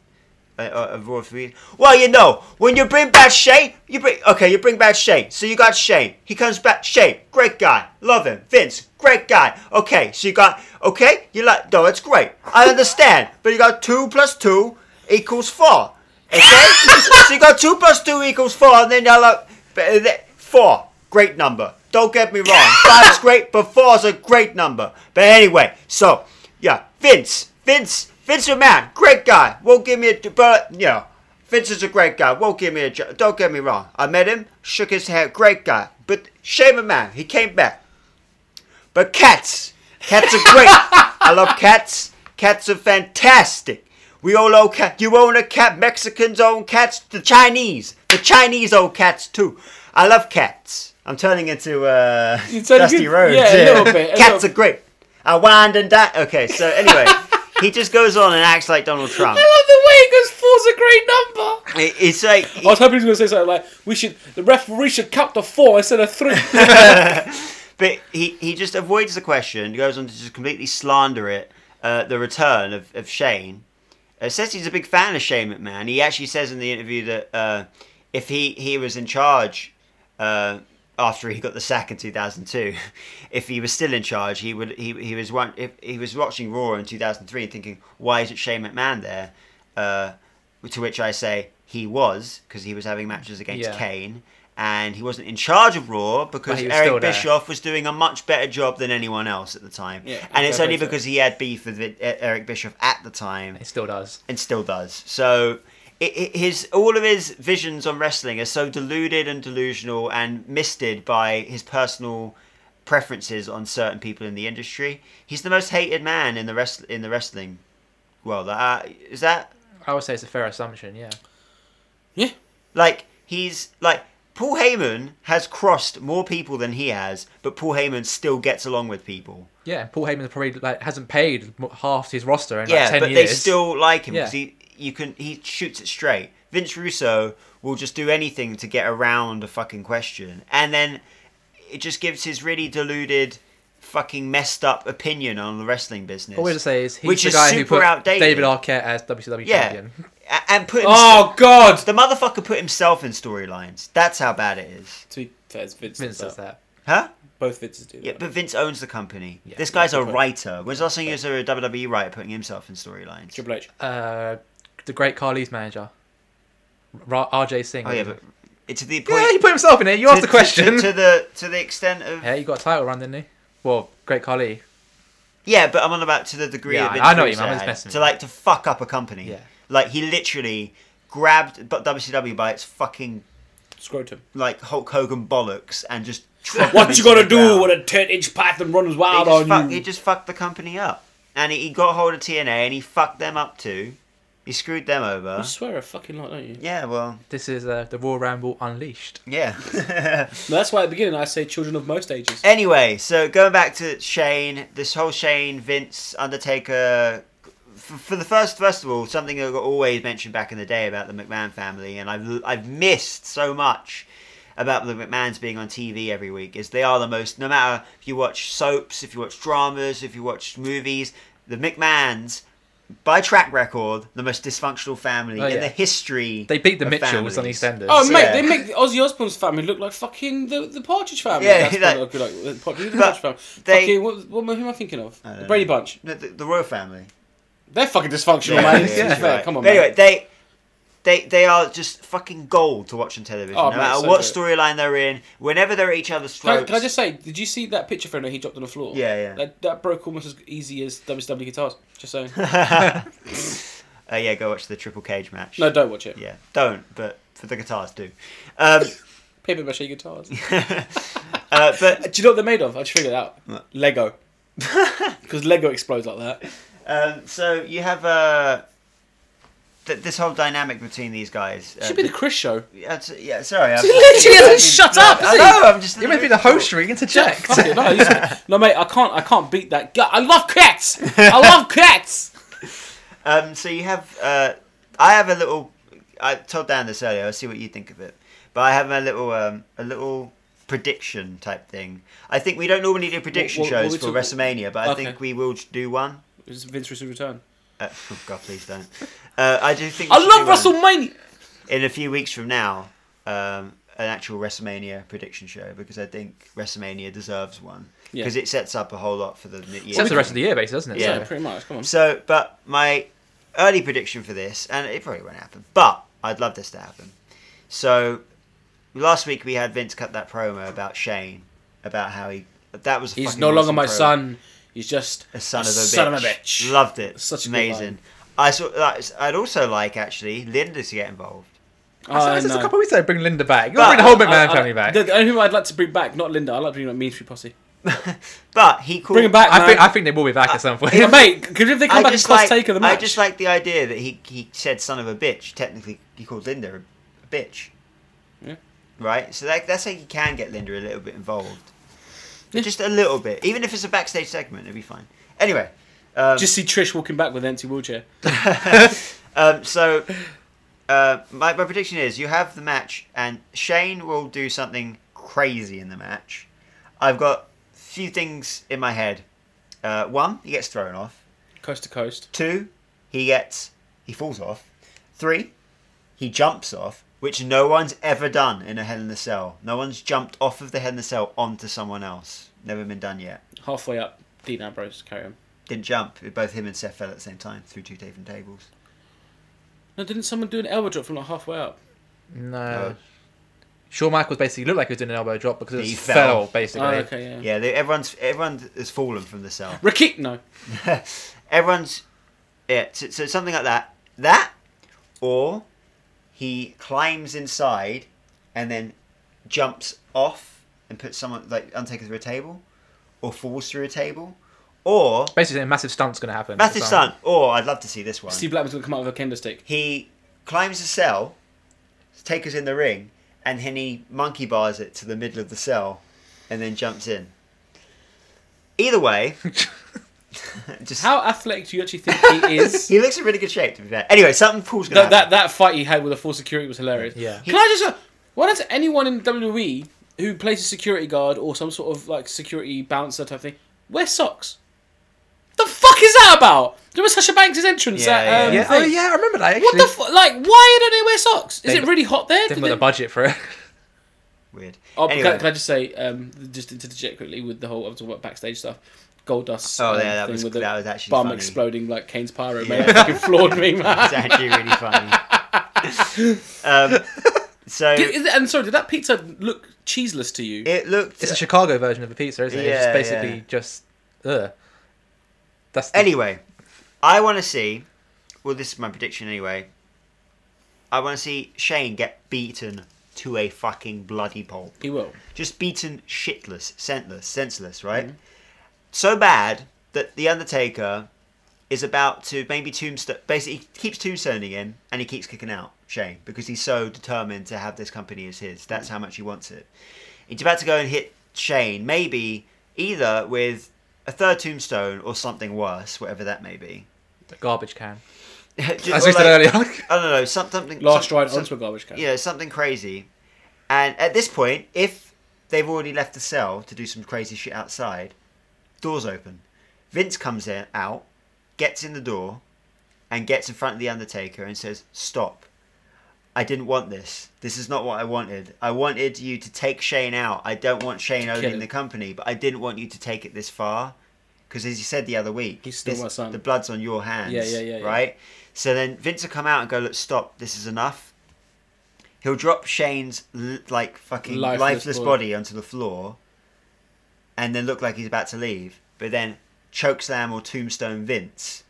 Speaker 3: uh, uh, of Raw three. Well, you know, when you bring back Shane, you bring okay, you bring back Shane. So you got Shane. He comes back. Shane, great guy, love him. Vince, great guy. Okay, so you got okay. You like no, it's great. I understand, but you got two plus two equals four.
Speaker 1: [LAUGHS]
Speaker 3: Okay, so you got two plus two equals four, and then you're like but, uh, that- four, great number. Don't get me wrong, five's great, but four's a great number. But anyway, so yeah, Vince, Vince, Vince McMahon, great guy. Won't give me a but yeah, Vince is a great guy. Won't give me a jo- don't get me wrong. I met him, shook his hand, great guy. But shame man, he came back. But cats, cats are great. I love cats. Cats are fantastic. We all own cat. You own a cat. Mexicans own cats. The Chinese, the Chinese own cats too. I love cats. I'm turning into uh,
Speaker 1: You're turning
Speaker 3: Dusty
Speaker 1: good-
Speaker 3: Rhodes.
Speaker 1: yeah, a
Speaker 3: here.
Speaker 1: little bit, a
Speaker 3: cats
Speaker 1: little-
Speaker 3: are great. I wind and die. Okay, so anyway, he just goes on and acts like
Speaker 1: [LAUGHS]
Speaker 3: Donald Trump.
Speaker 1: I love the way he goes, four's a great number.
Speaker 3: It- It's like
Speaker 1: I was hoping he was going to say something like, "We should the referee should count to four instead of three.
Speaker 3: But he, he just avoids the question, goes on to just completely slander it, uh, the return of, of Shane. Uh, says he's a big fan of Shane McMahon. He actually says in the interview that uh, if he, he was in charge uh, after he got the sack in 2002, [LAUGHS] if he was still in charge, he would he, he was one, if he was watching Raw in 2003 and thinking, why isn't Shane McMahon there? Uh, to which I say he was because he was having matches against
Speaker 2: Yeah.
Speaker 3: Kane. And he wasn't in charge of Raw because
Speaker 2: he was still
Speaker 3: Eric
Speaker 2: there.
Speaker 3: Bischoff was doing a much better job than anyone else at the time.
Speaker 1: Yeah,
Speaker 3: and it's
Speaker 2: I
Speaker 3: only
Speaker 2: think so.
Speaker 3: because he had beef with Vi- Eric Bischoff at the time
Speaker 2: He still does.
Speaker 3: and still does. So it, it, his all of his visions on wrestling are so deluded and delusional and misted by his personal preferences on certain people in the industry. He's the most hated man in the rest in the wrestling world. Uh, is that
Speaker 2: I would say it's a fair assumption. Yeah.
Speaker 1: yeah,
Speaker 3: like he's like Paul Heyman has crossed more people than he has, but Paul Heyman still gets along with people.
Speaker 2: Yeah. Paul Heyman probably like hasn't paid m- half his roster in like
Speaker 3: yeah,
Speaker 2: ten
Speaker 3: but
Speaker 2: years.
Speaker 3: they still like him
Speaker 2: Yeah.
Speaker 3: because he you can he shoots it straight. Vince Russo will just do anything to get around a fucking question, and then it just gives his really deluded, fucking messed up opinion on the wrestling business.
Speaker 2: All we have to say is he's
Speaker 3: Which
Speaker 2: the
Speaker 3: is
Speaker 2: guy who
Speaker 3: super
Speaker 2: put
Speaker 3: outdated.
Speaker 2: David Arquette as WCW
Speaker 3: yeah,
Speaker 2: champion.
Speaker 3: A- and put
Speaker 1: Oh
Speaker 3: himself-
Speaker 1: God!
Speaker 3: the motherfucker put himself in storylines. That's how bad it is,
Speaker 1: To be fair, it's Vince.
Speaker 2: Vince
Speaker 1: does
Speaker 2: does that.
Speaker 3: huh?
Speaker 1: Both Vinces do that.
Speaker 3: Yeah, but Vince owns the company.
Speaker 2: Yeah,
Speaker 3: this guy's
Speaker 1: yeah,
Speaker 3: a
Speaker 1: good point.
Speaker 3: writer. When's the last time you saw a WWE writer putting himself in storylines?
Speaker 1: Triple H.
Speaker 2: Uh, the great Carly's manager, R- RJ Singh.
Speaker 3: Oh yeah, but it's to the point.
Speaker 2: E. yeah, he put himself in it. You asked
Speaker 3: to-
Speaker 2: the question.
Speaker 3: to, to the to the extent
Speaker 2: [LAUGHS]
Speaker 3: of
Speaker 2: Yeah, you got a title run, didn't he? Well, Great Khali.
Speaker 3: Yeah, but I'm on about to the degree
Speaker 2: Yeah,
Speaker 3: of
Speaker 2: I- I know what you
Speaker 3: influence
Speaker 2: mean. I'm
Speaker 3: they
Speaker 2: just
Speaker 3: had.
Speaker 2: messing with
Speaker 3: to
Speaker 2: you.
Speaker 3: like to fuck up a company.
Speaker 2: Yeah.
Speaker 3: Like he literally grabbed but WCW by its fucking
Speaker 1: Scrotum.
Speaker 3: like Hulk Hogan bollocks and just
Speaker 1: [LAUGHS] What you gonna do when a ten-inch python runs
Speaker 3: he
Speaker 1: wild
Speaker 3: just,
Speaker 1: on
Speaker 3: fuck,
Speaker 1: you?
Speaker 3: he just fucked the company up. And he, he got hold of TNA and he fucked them up too. He screwed them
Speaker 1: You
Speaker 3: over.
Speaker 1: swear a fucking lot, don't you?
Speaker 3: Yeah, well,
Speaker 2: This is uh, the Royal Ramble Unleashed.
Speaker 1: [LAUGHS]
Speaker 3: yeah. [LAUGHS]
Speaker 1: No, that's why at the beginning I say children of most ages.
Speaker 3: Anyway, so going back to Shane, this whole Shane, Vince, Undertaker. For, for the first, first of all, something that got always mentioned back in the day about the McMahon family, and I've I've missed so much about the McMahons being on TV every week is they are the most. No matter if you watch soaps, if you watch dramas, if you watch movies, the McMahons. By track record, the most dysfunctional family
Speaker 2: Oh,
Speaker 3: in
Speaker 2: yeah.
Speaker 3: the history.
Speaker 2: They beat the
Speaker 3: of
Speaker 2: Mitchells
Speaker 3: families.
Speaker 2: on EastEnders.
Speaker 1: Oh mate,
Speaker 3: Yeah.
Speaker 1: they make the Ozzy Osbourne's family look like fucking the, the Partridge family.
Speaker 3: Yeah,
Speaker 1: that's
Speaker 3: that-
Speaker 1: what I'd be like the Partridge, the Partridge
Speaker 3: But
Speaker 1: family.
Speaker 3: they-
Speaker 1: fucking, what, what, who am I thinking of?
Speaker 3: I don't
Speaker 1: The
Speaker 3: know.
Speaker 1: Brady Bunch.
Speaker 3: No, the, the royal family.
Speaker 1: They're fucking dysfunctional,
Speaker 2: Yeah,
Speaker 1: mate.
Speaker 2: yeah,
Speaker 1: Yeah,
Speaker 2: yeah.
Speaker 1: fair. Come on,
Speaker 3: But
Speaker 1: mate.
Speaker 3: anyway, they they they are just fucking gold to watch on television.
Speaker 1: Oh, mate,
Speaker 3: no matter
Speaker 1: so
Speaker 3: what
Speaker 1: good.
Speaker 3: storyline they're in, whenever they're at each other's
Speaker 1: Can I,
Speaker 3: throats.
Speaker 1: can I just [LAUGHS] say, did you see that picture frame that he dropped on the floor?
Speaker 3: Yeah, yeah.
Speaker 1: That, that broke almost as easy as WCW guitars. Just saying.
Speaker 3: [LAUGHS]
Speaker 1: [LAUGHS]
Speaker 3: Uh, yeah, go watch the Triple Cage match.
Speaker 1: no, don't watch it.
Speaker 3: Yeah, don't. But for the guitars, do. Um,
Speaker 1: Paper mache guitars. [LAUGHS] Do
Speaker 3: uh, but
Speaker 1: you know what they're made of? I just figured it out.
Speaker 3: [LAUGHS]
Speaker 1: Lego. Because Lego explodes like that.
Speaker 3: um, so you have uh, th- this whole dynamic between these guys. Uh,
Speaker 1: Should be the Chris show.
Speaker 3: yeah, it's- yeah, sorry.
Speaker 1: [LAUGHS]
Speaker 3: I've-
Speaker 2: literally
Speaker 3: I've
Speaker 2: hasn't
Speaker 3: been-
Speaker 2: shut
Speaker 3: no,
Speaker 2: up, has
Speaker 3: I
Speaker 2: he?
Speaker 3: know. I'm just.
Speaker 2: You made me the host, you
Speaker 3: [LAUGHS]
Speaker 2: interject.
Speaker 1: Fuck it, no, you said- no, mate, I can't. I can't beat that. guy. I love cats.
Speaker 3: [LAUGHS]
Speaker 1: I love cats.
Speaker 3: Um, so you have, uh, I have a little. I told Dan this earlier. I'll see what you think of it. But I have a little, um, a little prediction type thing. I think we don't normally do prediction
Speaker 1: What- what- what
Speaker 3: shows
Speaker 1: we
Speaker 3: for
Speaker 1: talk-
Speaker 3: WrestleMania, but I
Speaker 1: Okay.
Speaker 3: think we will do one.
Speaker 1: It's Vince Russo return.
Speaker 3: Uh, oh God, please don't. Uh, I do think we
Speaker 1: I
Speaker 3: should
Speaker 1: love
Speaker 3: do one
Speaker 1: WrestleMania.
Speaker 3: in a few weeks from now. Um, an actual WrestleMania prediction show because I think WrestleMania deserves one
Speaker 1: Yeah.
Speaker 3: because it sets up a whole lot for the year.
Speaker 2: That's the rest of the year, basically, doesn't it?
Speaker 1: Yeah,
Speaker 3: Yeah.
Speaker 1: pretty much. Come on.
Speaker 3: So, but my early prediction for this, and it probably won't happen, but I'd love this to happen. So, last week we had Vince cut that promo about Shane, about how he that was a
Speaker 1: He's
Speaker 3: fucking
Speaker 1: no longer
Speaker 3: awesome
Speaker 1: my
Speaker 3: promo.
Speaker 1: son. He's just
Speaker 3: a son of a bitch.
Speaker 1: son of a bitch.
Speaker 3: Loved it.
Speaker 1: Such a good
Speaker 3: amazing.
Speaker 1: line.
Speaker 3: I saw. that- I'd also like actually Linda to get involved.
Speaker 2: I said- I said
Speaker 1: no.
Speaker 2: a couple of weeks ago, bring Linda back. You want
Speaker 3: But-
Speaker 2: to bring the whole
Speaker 1: I-
Speaker 2: McMahon
Speaker 1: I-
Speaker 2: family back.
Speaker 1: The, the only people I'd like to bring back, not Linda. I'd like to bring back Mean Street Posse.
Speaker 3: But he called.
Speaker 1: Bring him back, man.
Speaker 2: I think, I think they will be back at some point.
Speaker 1: Yeah, mate, because if they come
Speaker 3: I
Speaker 1: back and
Speaker 3: just
Speaker 1: cross
Speaker 3: like.
Speaker 1: take the
Speaker 3: I
Speaker 1: match,
Speaker 3: just like the idea that he he said son of a bitch. Technically, he called Linda a bitch.
Speaker 1: Yeah.
Speaker 3: Right. So that, that's how you can get Linda a little bit involved. Just a little bit. Even if it's a backstage segment, it'd be fine. Anyway, um,
Speaker 1: Just see Trish walking back with an empty wheelchair.
Speaker 3: um, so uh, my, my prediction is you have the match, and Shane will do something crazy in the match. I've got a few things in my head. Uh, one, he gets thrown off.
Speaker 1: Coast to coast.
Speaker 3: Two, he gets he falls off. Three, he jumps off, which no one's ever done in a Hell in a Cell. No one's jumped off of the Hell in a Cell onto someone else. Never been done yet.
Speaker 1: Halfway up. Dean Ambrose. Carry on.
Speaker 3: Didn't jump. Both him and Seth fell at the same time through two different tables.
Speaker 1: No, didn't someone do an elbow drop from like halfway up?
Speaker 2: No.
Speaker 3: No.
Speaker 2: Shawn Michaels basically looked like he was doing an elbow drop because
Speaker 3: He
Speaker 2: he
Speaker 3: fell.
Speaker 2: fell, basically.
Speaker 1: Oh, okay, yeah.
Speaker 3: Yeah, they, everyone's everyone has fallen from the cell.
Speaker 1: Ricky, no.
Speaker 3: everyone's yeah so, so something like that that or he climbs inside and then jumps off and puts someone like undertaker through a table or falls through a table or
Speaker 2: Basically, a massive stunt's going to happen.
Speaker 3: massive
Speaker 2: So-
Speaker 3: stunt or i'd love to see this one
Speaker 1: Steve Blackman's gonna come out with a kendo stick.
Speaker 3: he climbs the cell taker's in the ring and then he monkey bars it to the middle of the cell and then jumps in either way [LAUGHS] just
Speaker 1: How athletic do you actually think he is?
Speaker 3: He looks in really good shape, to be fair. Anyway, something cool's gonna
Speaker 1: that, that
Speaker 3: happen.
Speaker 1: that fight he had with the full security was hilarious.
Speaker 2: Yeah.
Speaker 1: Can I just? uh, Why does anyone in WWE who plays a security guard or some sort of like security bouncer type thing wear socks? The fuck is that about? There was Sasha Banks' entrance.
Speaker 3: Yeah,
Speaker 1: at, um,
Speaker 2: Yeah.
Speaker 1: thing.
Speaker 2: Oh, yeah, I remember that, actually.
Speaker 1: What the fu- like? Why don't they wear socks? Is
Speaker 2: They-
Speaker 1: it really hot there?
Speaker 2: Didn't
Speaker 1: Did
Speaker 2: put the
Speaker 1: they-
Speaker 2: budget for it.
Speaker 3: Weird.
Speaker 1: Oh,
Speaker 3: anyway,
Speaker 1: can, can I just say, um, just to interject quickly with the whole I was talking about backstage stuff. Goldust.
Speaker 3: Oh,
Speaker 1: um,
Speaker 3: yeah, that
Speaker 1: thing
Speaker 3: was-
Speaker 1: with the
Speaker 3: that was actually
Speaker 1: bum
Speaker 3: funny.
Speaker 1: exploding like Kane's pyro.
Speaker 3: Yeah.
Speaker 1: Man, it fucking floored me, man.
Speaker 3: [LAUGHS] it's actually really funny.
Speaker 1: [LAUGHS]
Speaker 3: um, so
Speaker 1: Did- is it- and sorry, did that pizza look cheeseless to you?
Speaker 3: it looked.
Speaker 2: It's a Chicago version of a pizza, isn't it? it's
Speaker 3: Yeah,
Speaker 2: just basically
Speaker 3: yeah.
Speaker 2: just. Ugh. That's the,
Speaker 3: Anyway, I want to see. Well, this is my prediction anyway. I want to see Shane get beaten to a fucking bloody pulp.
Speaker 1: he will.
Speaker 3: just beaten shitless, senseless, senseless, right? So bad that the Undertaker is about to maybe tombstone. Basically, he keeps tombstoning him, and he keeps kicking out Shane because he's so determined to have this company as his. That's how much he wants it. He's about to go and hit Shane, maybe either with a third tombstone or something worse, whatever that may be.
Speaker 2: the garbage can. [LAUGHS]
Speaker 3: Just-
Speaker 2: As
Speaker 3: or
Speaker 2: we said earlier.
Speaker 3: like-
Speaker 2: [LAUGHS]
Speaker 3: I don't know something.
Speaker 1: Last
Speaker 3: some-
Speaker 1: ride
Speaker 3: some-
Speaker 1: onto a garbage can.
Speaker 3: yeah, something crazy. And at this point, if they've already left the cell to do some crazy shit outside, doors open. Vince comes in out, gets in the door, and gets in front of the Undertaker and says, "Stop! I didn't want this. This is not what I wanted. I wanted you to take Shane out. I don't want Shane
Speaker 1: kill
Speaker 3: owning
Speaker 1: him.
Speaker 3: the company, but I didn't want you to take it this far." Because as you said the other week,
Speaker 1: He's still
Speaker 3: this-
Speaker 1: my son.
Speaker 3: the blood's on your hands.
Speaker 1: Yeah, yeah, yeah, yeah.
Speaker 3: Right. So then Vince will come out and go, "Look, stop. This is enough." He'll drop Shane's l- like fucking lifeless,
Speaker 1: Lifeless
Speaker 3: body.
Speaker 1: body.
Speaker 3: onto the floor, and then look like he's about to leave. But then chokeslam or tombstone Vince.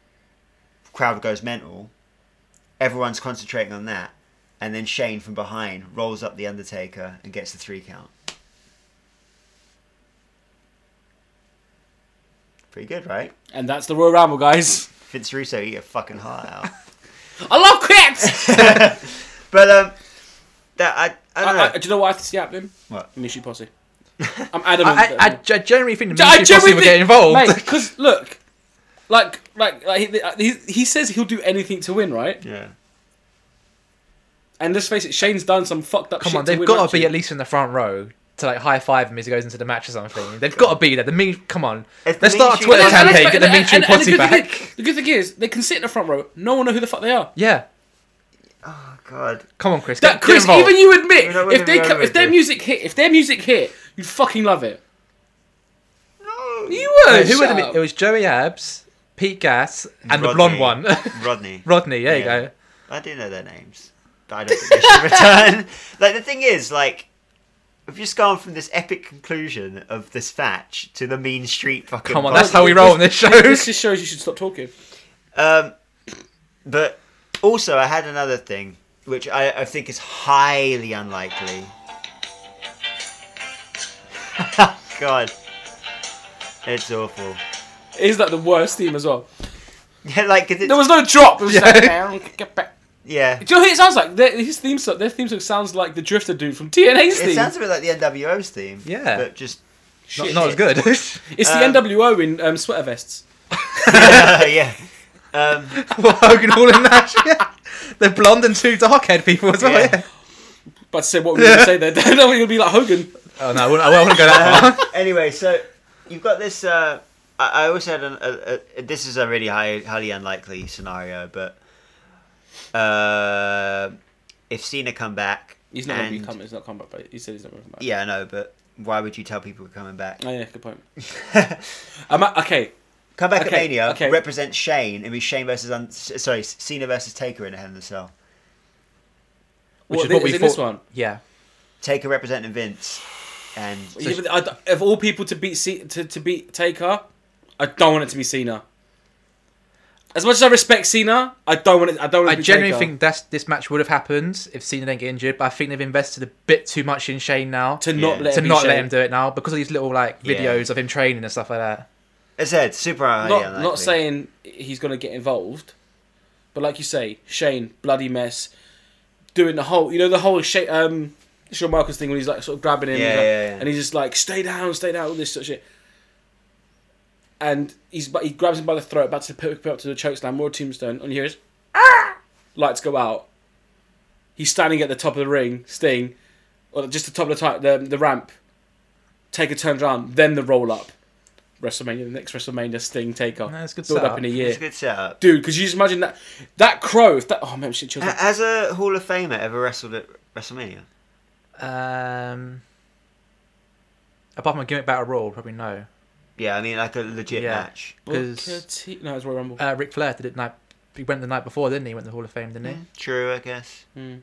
Speaker 3: Crowd goes mental. Everyone's concentrating on that, and then Shane from behind rolls up the Undertaker and gets the three count. Pretty good, right?
Speaker 1: And that's the Royal Ramble, guys.
Speaker 3: Vince Russo, eat a fucking
Speaker 1: [LAUGHS]
Speaker 3: heart out.
Speaker 1: I love cats!
Speaker 3: But um, that I I don't
Speaker 1: [LAUGHS]
Speaker 3: know.
Speaker 1: I, I, do you know what I have to see happening?
Speaker 3: What?
Speaker 1: Mishi Posse. I'm [LAUGHS] adamant.
Speaker 2: I,
Speaker 1: that-
Speaker 2: I, I generally think the
Speaker 1: I
Speaker 2: I generally
Speaker 1: genuinely
Speaker 2: would
Speaker 1: think-
Speaker 2: get involved. [LAUGHS]
Speaker 1: Mate, because look, like, like, like he, he, he says he'll do anything to win, right?
Speaker 3: yeah.
Speaker 1: And let's face it, Shane's done some fucked up
Speaker 2: Come
Speaker 1: shit
Speaker 2: on,
Speaker 1: to
Speaker 2: they've
Speaker 1: win,
Speaker 2: got
Speaker 1: hasn't
Speaker 2: to be
Speaker 1: he?
Speaker 2: at least in the front row to like high five him as he goes into the match or something. They've got to be there. The mean, come on, let's
Speaker 3: If the mean
Speaker 2: start a
Speaker 3: street-
Speaker 2: Twitter
Speaker 3: And-
Speaker 1: and-
Speaker 2: campaign.
Speaker 1: and-
Speaker 2: Get the mean
Speaker 1: and- and- and
Speaker 2: Street
Speaker 1: the
Speaker 2: Posse
Speaker 1: good
Speaker 2: back.
Speaker 1: thing- The good thing is, they can sit in the front row. No one know who the fuck they are.
Speaker 2: Yeah,
Speaker 3: Oh God.
Speaker 2: come on, Chris.
Speaker 1: That
Speaker 2: get,
Speaker 1: Chris,
Speaker 2: get involved.
Speaker 1: even you admit,
Speaker 3: We're not
Speaker 1: if they
Speaker 3: winning
Speaker 1: ca-
Speaker 3: Royal
Speaker 1: if their
Speaker 3: Rumble.
Speaker 1: music hit, if their music hit, you'd fucking love it.
Speaker 3: No.
Speaker 1: You would.
Speaker 2: No, who would
Speaker 1: shut
Speaker 2: it
Speaker 1: up.
Speaker 2: be? It was Joey Abs, Pete Gass, and the blonde one, [LAUGHS]
Speaker 3: Rodney.
Speaker 2: Rodney. There
Speaker 3: Yeah.
Speaker 2: you go.
Speaker 3: I do know their names. But I don't think
Speaker 2: [LAUGHS]
Speaker 3: they should return. Like the thing is, like we've just gone from this epic conclusion of this match to the mean street fucking.
Speaker 2: Come on,
Speaker 3: boss.
Speaker 2: that's how we roll on this
Speaker 3: [LAUGHS]
Speaker 2: show.
Speaker 1: This just shows you should stop talking.
Speaker 3: Um, but also, I had another thing which I, I think is highly unlikely. [LAUGHS] God, it's awful. [LAUGHS]
Speaker 1: Is that the worst theme as well?
Speaker 3: Yeah, like 'cause it's,
Speaker 1: There was no drop. It was just like,
Speaker 2: Yeah.
Speaker 1: "Bang, get back."
Speaker 3: yeah.
Speaker 1: Do you know who it sounds like? Their, his theme song, their theme song sounds like the Drifter dude from TNA's
Speaker 3: It
Speaker 1: theme.
Speaker 3: sounds a bit like the NWO's theme.
Speaker 2: Yeah.
Speaker 3: But just
Speaker 2: Not,
Speaker 1: Shit.
Speaker 2: not as [LAUGHS] good.
Speaker 1: It's
Speaker 3: uh,
Speaker 1: the NWO in um, sweater vests. [LAUGHS]
Speaker 3: yeah. Um,
Speaker 2: well, Hogan Hall and Nash. Yeah. They're blonde and two dark haired people as well.
Speaker 3: Yeah.
Speaker 2: Yeah.
Speaker 1: But to say what we were going to say there, [LAUGHS] then I would be like Hogan.
Speaker 2: Oh no, I wouldn't, I wouldn't go [LAUGHS] that far.
Speaker 3: anyway, so you've got this. Uh, I, I always had an, a, a, this is a really high, highly unlikely scenario, but uh, if Cena come back,
Speaker 1: He's not going to be
Speaker 3: and-
Speaker 1: coming. He's not coming back. But he said he's not going to come back.
Speaker 3: Yeah, I know, but why would you tell people we're coming back?
Speaker 1: Oh, yeah, good
Speaker 2: [LAUGHS]
Speaker 1: point. I'm at, okay,
Speaker 3: Come back
Speaker 1: Okay,
Speaker 3: at Mania
Speaker 1: okay.
Speaker 3: represent Shane. It'd be Shane versus un- s- sorry Cena versus Taker in a Hell in a Cell.
Speaker 2: Which
Speaker 1: Well,
Speaker 2: is what
Speaker 1: thi-
Speaker 2: we
Speaker 1: is it
Speaker 2: thought.
Speaker 1: this one?
Speaker 2: Yeah.
Speaker 3: Taker representing Vince, and
Speaker 1: Yeah, but I d- of all people to beat C- to, to beat Taker, I don't want it to be Cena. As much as I respect Cena, I don't want it. I don't want it
Speaker 2: I
Speaker 1: to be
Speaker 2: genuinely
Speaker 1: Taker.
Speaker 2: think that's, this match would have happened if Cena didn't get injured, but I think they've invested a bit too much in Shane now to,
Speaker 1: to not
Speaker 3: Yeah.
Speaker 1: let it be
Speaker 2: not
Speaker 1: Shane.
Speaker 2: let him do it now because of these little like
Speaker 3: Yeah.
Speaker 2: videos of him training and stuff like that.
Speaker 3: as I said, super highly
Speaker 1: Not
Speaker 3: unlikely.
Speaker 1: not saying he's gonna get involved, but like you say, Shane bloody mess, doing the whole you know the whole Shane, um Shawn Michaels thing when he's like sort of grabbing him,
Speaker 3: Yeah,
Speaker 1: he's like-
Speaker 3: yeah, yeah.
Speaker 1: and he's just like stay down, stay down, all this sort of shit. And he's but he grabs him by the throat, about to put, put up to the choke slam or a tombstone, and he hears ah! lights go out. He's standing at the top of the ring, Sting, or just the top of the ti- the, the ramp. Take a turn around, then the roll up. WrestleMania, the next WrestleMania Sting takeoff.
Speaker 2: No, it's good
Speaker 1: Build
Speaker 2: setup.
Speaker 1: up in a
Speaker 3: it's
Speaker 1: year,
Speaker 3: a good setup.
Speaker 1: dude. Because you just imagine that that crow. If that oh man, shit, chills.
Speaker 3: Ha- Has a Hall of Famer ever wrestled at WrestleMania?
Speaker 2: Um, apart from a gimmick battle royal, probably no,
Speaker 3: Yeah, I mean like a legit
Speaker 2: Yeah.
Speaker 3: match.
Speaker 1: Booker
Speaker 2: 'cause-
Speaker 1: T- no, it's Royal Rumble.
Speaker 2: Uh, Ric Flair did it night. He went the night before, didn't he? Went to the Hall of Fame, didn't he?
Speaker 3: True, I guess.
Speaker 1: Mm.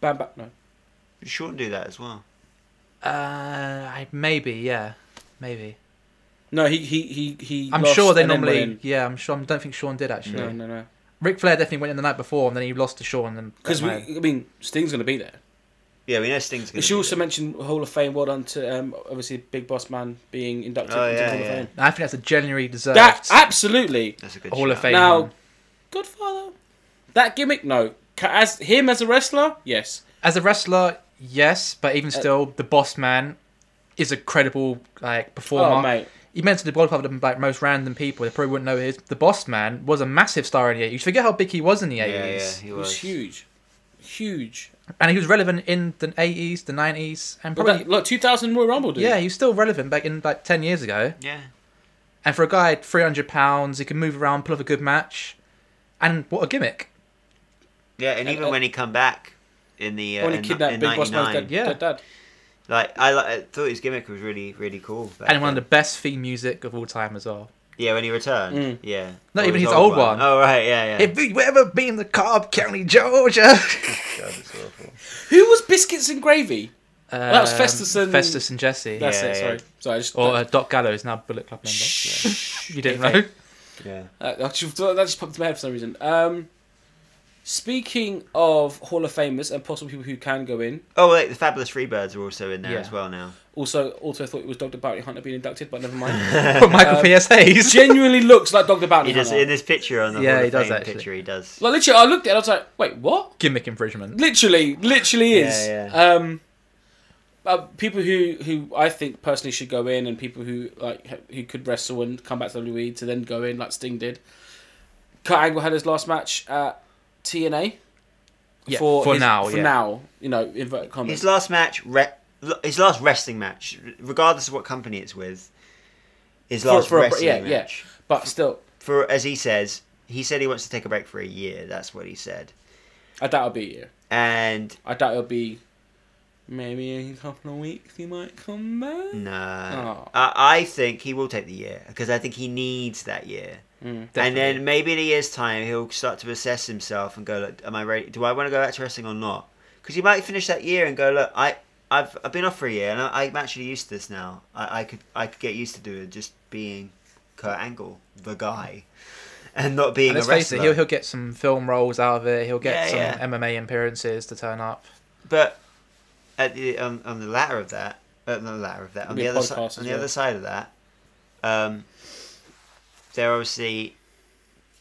Speaker 1: Bam, back no.
Speaker 3: Shouldn't do that as well.
Speaker 2: Uh, I, maybe, yeah, maybe.
Speaker 1: No, he he he he.
Speaker 2: I'm
Speaker 1: lost
Speaker 2: sure they
Speaker 1: and then
Speaker 2: normally.
Speaker 1: went
Speaker 2: Yeah, I'm sure. I don't think Sean did
Speaker 1: in.
Speaker 2: actually.
Speaker 1: No, no, no.
Speaker 2: Ric Flair definitely went in the night before, and then he lost to Sean. And
Speaker 1: Because we, I mean, Sting's gonna be there.
Speaker 3: Yeah, we know Sting's going
Speaker 1: She
Speaker 3: to
Speaker 1: also mentioned Hall of Fame. Well done to um, obviously Big Boss Man being inducted
Speaker 3: Oh,
Speaker 1: into
Speaker 3: yeah,
Speaker 1: the Hall
Speaker 3: yeah.
Speaker 1: of Fame.
Speaker 2: I think that's a genuinely deserved
Speaker 1: That absolutely
Speaker 3: That's a good
Speaker 2: Hall of
Speaker 3: shout.
Speaker 2: Fame.
Speaker 1: Now-
Speaker 2: one.
Speaker 1: Godfather. That gimmick, no. Ca- As him as a wrestler, yes.
Speaker 2: as a wrestler, yes, but
Speaker 3: Uh,
Speaker 2: even still, the Boss Man is a credible like performer.
Speaker 1: Oh mate,
Speaker 2: You mentioned the Godfather of like most random people; they probably wouldn't know who it is. The Boss Man was a massive star in the eighties. You forget how big he was in the
Speaker 3: Yeah,
Speaker 2: eighties,
Speaker 3: yeah, he
Speaker 1: it was
Speaker 3: was.
Speaker 1: huge, huge.
Speaker 2: and he was relevant in the eighties, the nineties, and
Speaker 1: But
Speaker 2: probably
Speaker 1: that, look, 2000 Royal Rumble, dude.
Speaker 2: yeah, he was still relevant back in like ten years ago.
Speaker 3: Yeah.
Speaker 2: And for a guy at three hundred pounds, he can move around, pull off a good match, and what a gimmick!
Speaker 3: Yeah, and,
Speaker 1: And,
Speaker 3: even
Speaker 1: uh,
Speaker 3: when he come back in the uh,
Speaker 1: When he
Speaker 3: in,
Speaker 1: kidnapped
Speaker 3: in
Speaker 1: Big Boss Man's
Speaker 3: 99,
Speaker 1: dead,
Speaker 2: Yeah.
Speaker 1: dead dad.
Speaker 3: like I, li- I thought his gimmick was really really cool. back
Speaker 2: And one of
Speaker 3: then.
Speaker 2: the best theme music of all time as well.
Speaker 3: yeah, when he returned,
Speaker 1: Mm.
Speaker 3: yeah,
Speaker 2: Not
Speaker 3: Or
Speaker 2: even his old one.
Speaker 3: Oh right, yeah, yeah.
Speaker 2: If you ever been to Cobb County, Georgia, [LAUGHS]
Speaker 3: God, it's awful.
Speaker 1: Who was Biscuits and Gravy? that was
Speaker 2: Um,
Speaker 1: Festus and-
Speaker 2: Festus and Jesse,
Speaker 1: That's
Speaker 3: Yeah,
Speaker 1: it.
Speaker 3: yeah.
Speaker 1: Sorry, sorry. I just,
Speaker 2: or uh, Doc Gallo is now Bullet Club member.
Speaker 1: Shh.
Speaker 2: You didn't
Speaker 1: Okay.
Speaker 2: know?
Speaker 3: [LAUGHS] Yeah,
Speaker 1: Uh, that just- that just popped in my head for some reason. Um, speaking of Hall of Famers and possible people who can go in,
Speaker 3: Oh, wait, the Fabulous Freebirds are also in there
Speaker 2: Yeah.
Speaker 3: as well now.
Speaker 1: also also thought it was Dr. Bounty Hunter being inducted, but never mind.
Speaker 2: [LAUGHS] Or Michael
Speaker 1: Um,
Speaker 2: P.S.
Speaker 1: [LAUGHS]
Speaker 2: Hayes.
Speaker 1: Genuinely looks like Dr. Bounty
Speaker 3: He does
Speaker 1: Hunter.
Speaker 3: in this picture on the
Speaker 2: Yeah,
Speaker 3: Hall of
Speaker 2: he does
Speaker 3: Fame
Speaker 2: actually.
Speaker 3: picture. He does.
Speaker 1: Like literally, I looked at it. I was like, wait, what?
Speaker 2: Gimmick infringement.
Speaker 1: Literally, literally
Speaker 3: Yeah,
Speaker 1: is.
Speaker 3: yeah.
Speaker 1: Um, uh, people who who I think personally should go in, and people who like ha- who could wrestle and come back to WWE to then go in, like Sting did. Kurt Angle had his last match at TNA.
Speaker 2: Yeah, for
Speaker 1: his-
Speaker 2: now,
Speaker 1: for
Speaker 2: yeah.
Speaker 1: now, you know, inverted commas.
Speaker 3: His last match, re- l- his last wrestling match, regardless of what company it's with, his
Speaker 1: For-
Speaker 3: last
Speaker 1: for a br-
Speaker 3: wrestling
Speaker 1: yeah, yeah.
Speaker 3: match.
Speaker 1: But still,
Speaker 3: For as he says, he said he wants to take a break for a year. That's what he said.
Speaker 1: I doubt it'll be a year.
Speaker 3: And
Speaker 1: I doubt it'll be maybe in a couple of weeks he might come back.
Speaker 2: Mm.
Speaker 3: no,
Speaker 1: Oh.
Speaker 3: I, I think he will take the year because I think he needs that year.
Speaker 1: Mm.
Speaker 3: And then maybe in a year's time, he'll start to assess himself and go, look, am I ready? Do I want to go back to wrestling or not? Because he might finish that year and go, look, I, I've, I've been off for a year and I, I'm actually used to this now. I, I could I could get used to doing just being Kurt Angle, the guy, and not being
Speaker 2: And
Speaker 3: a
Speaker 2: let's face
Speaker 3: wrestler.
Speaker 2: it, he'll, he'll get some film roles out of it. He'll
Speaker 3: Yeah,
Speaker 2: get
Speaker 3: yeah.
Speaker 2: some MMA appearances to turn up.
Speaker 3: But at the on, on the latter of that, uh, not the latter of that, on
Speaker 1: Be
Speaker 3: the
Speaker 1: a
Speaker 3: other
Speaker 1: podcast
Speaker 3: side,
Speaker 1: as
Speaker 3: on the
Speaker 1: well.
Speaker 3: other side of that, um, they're obviously.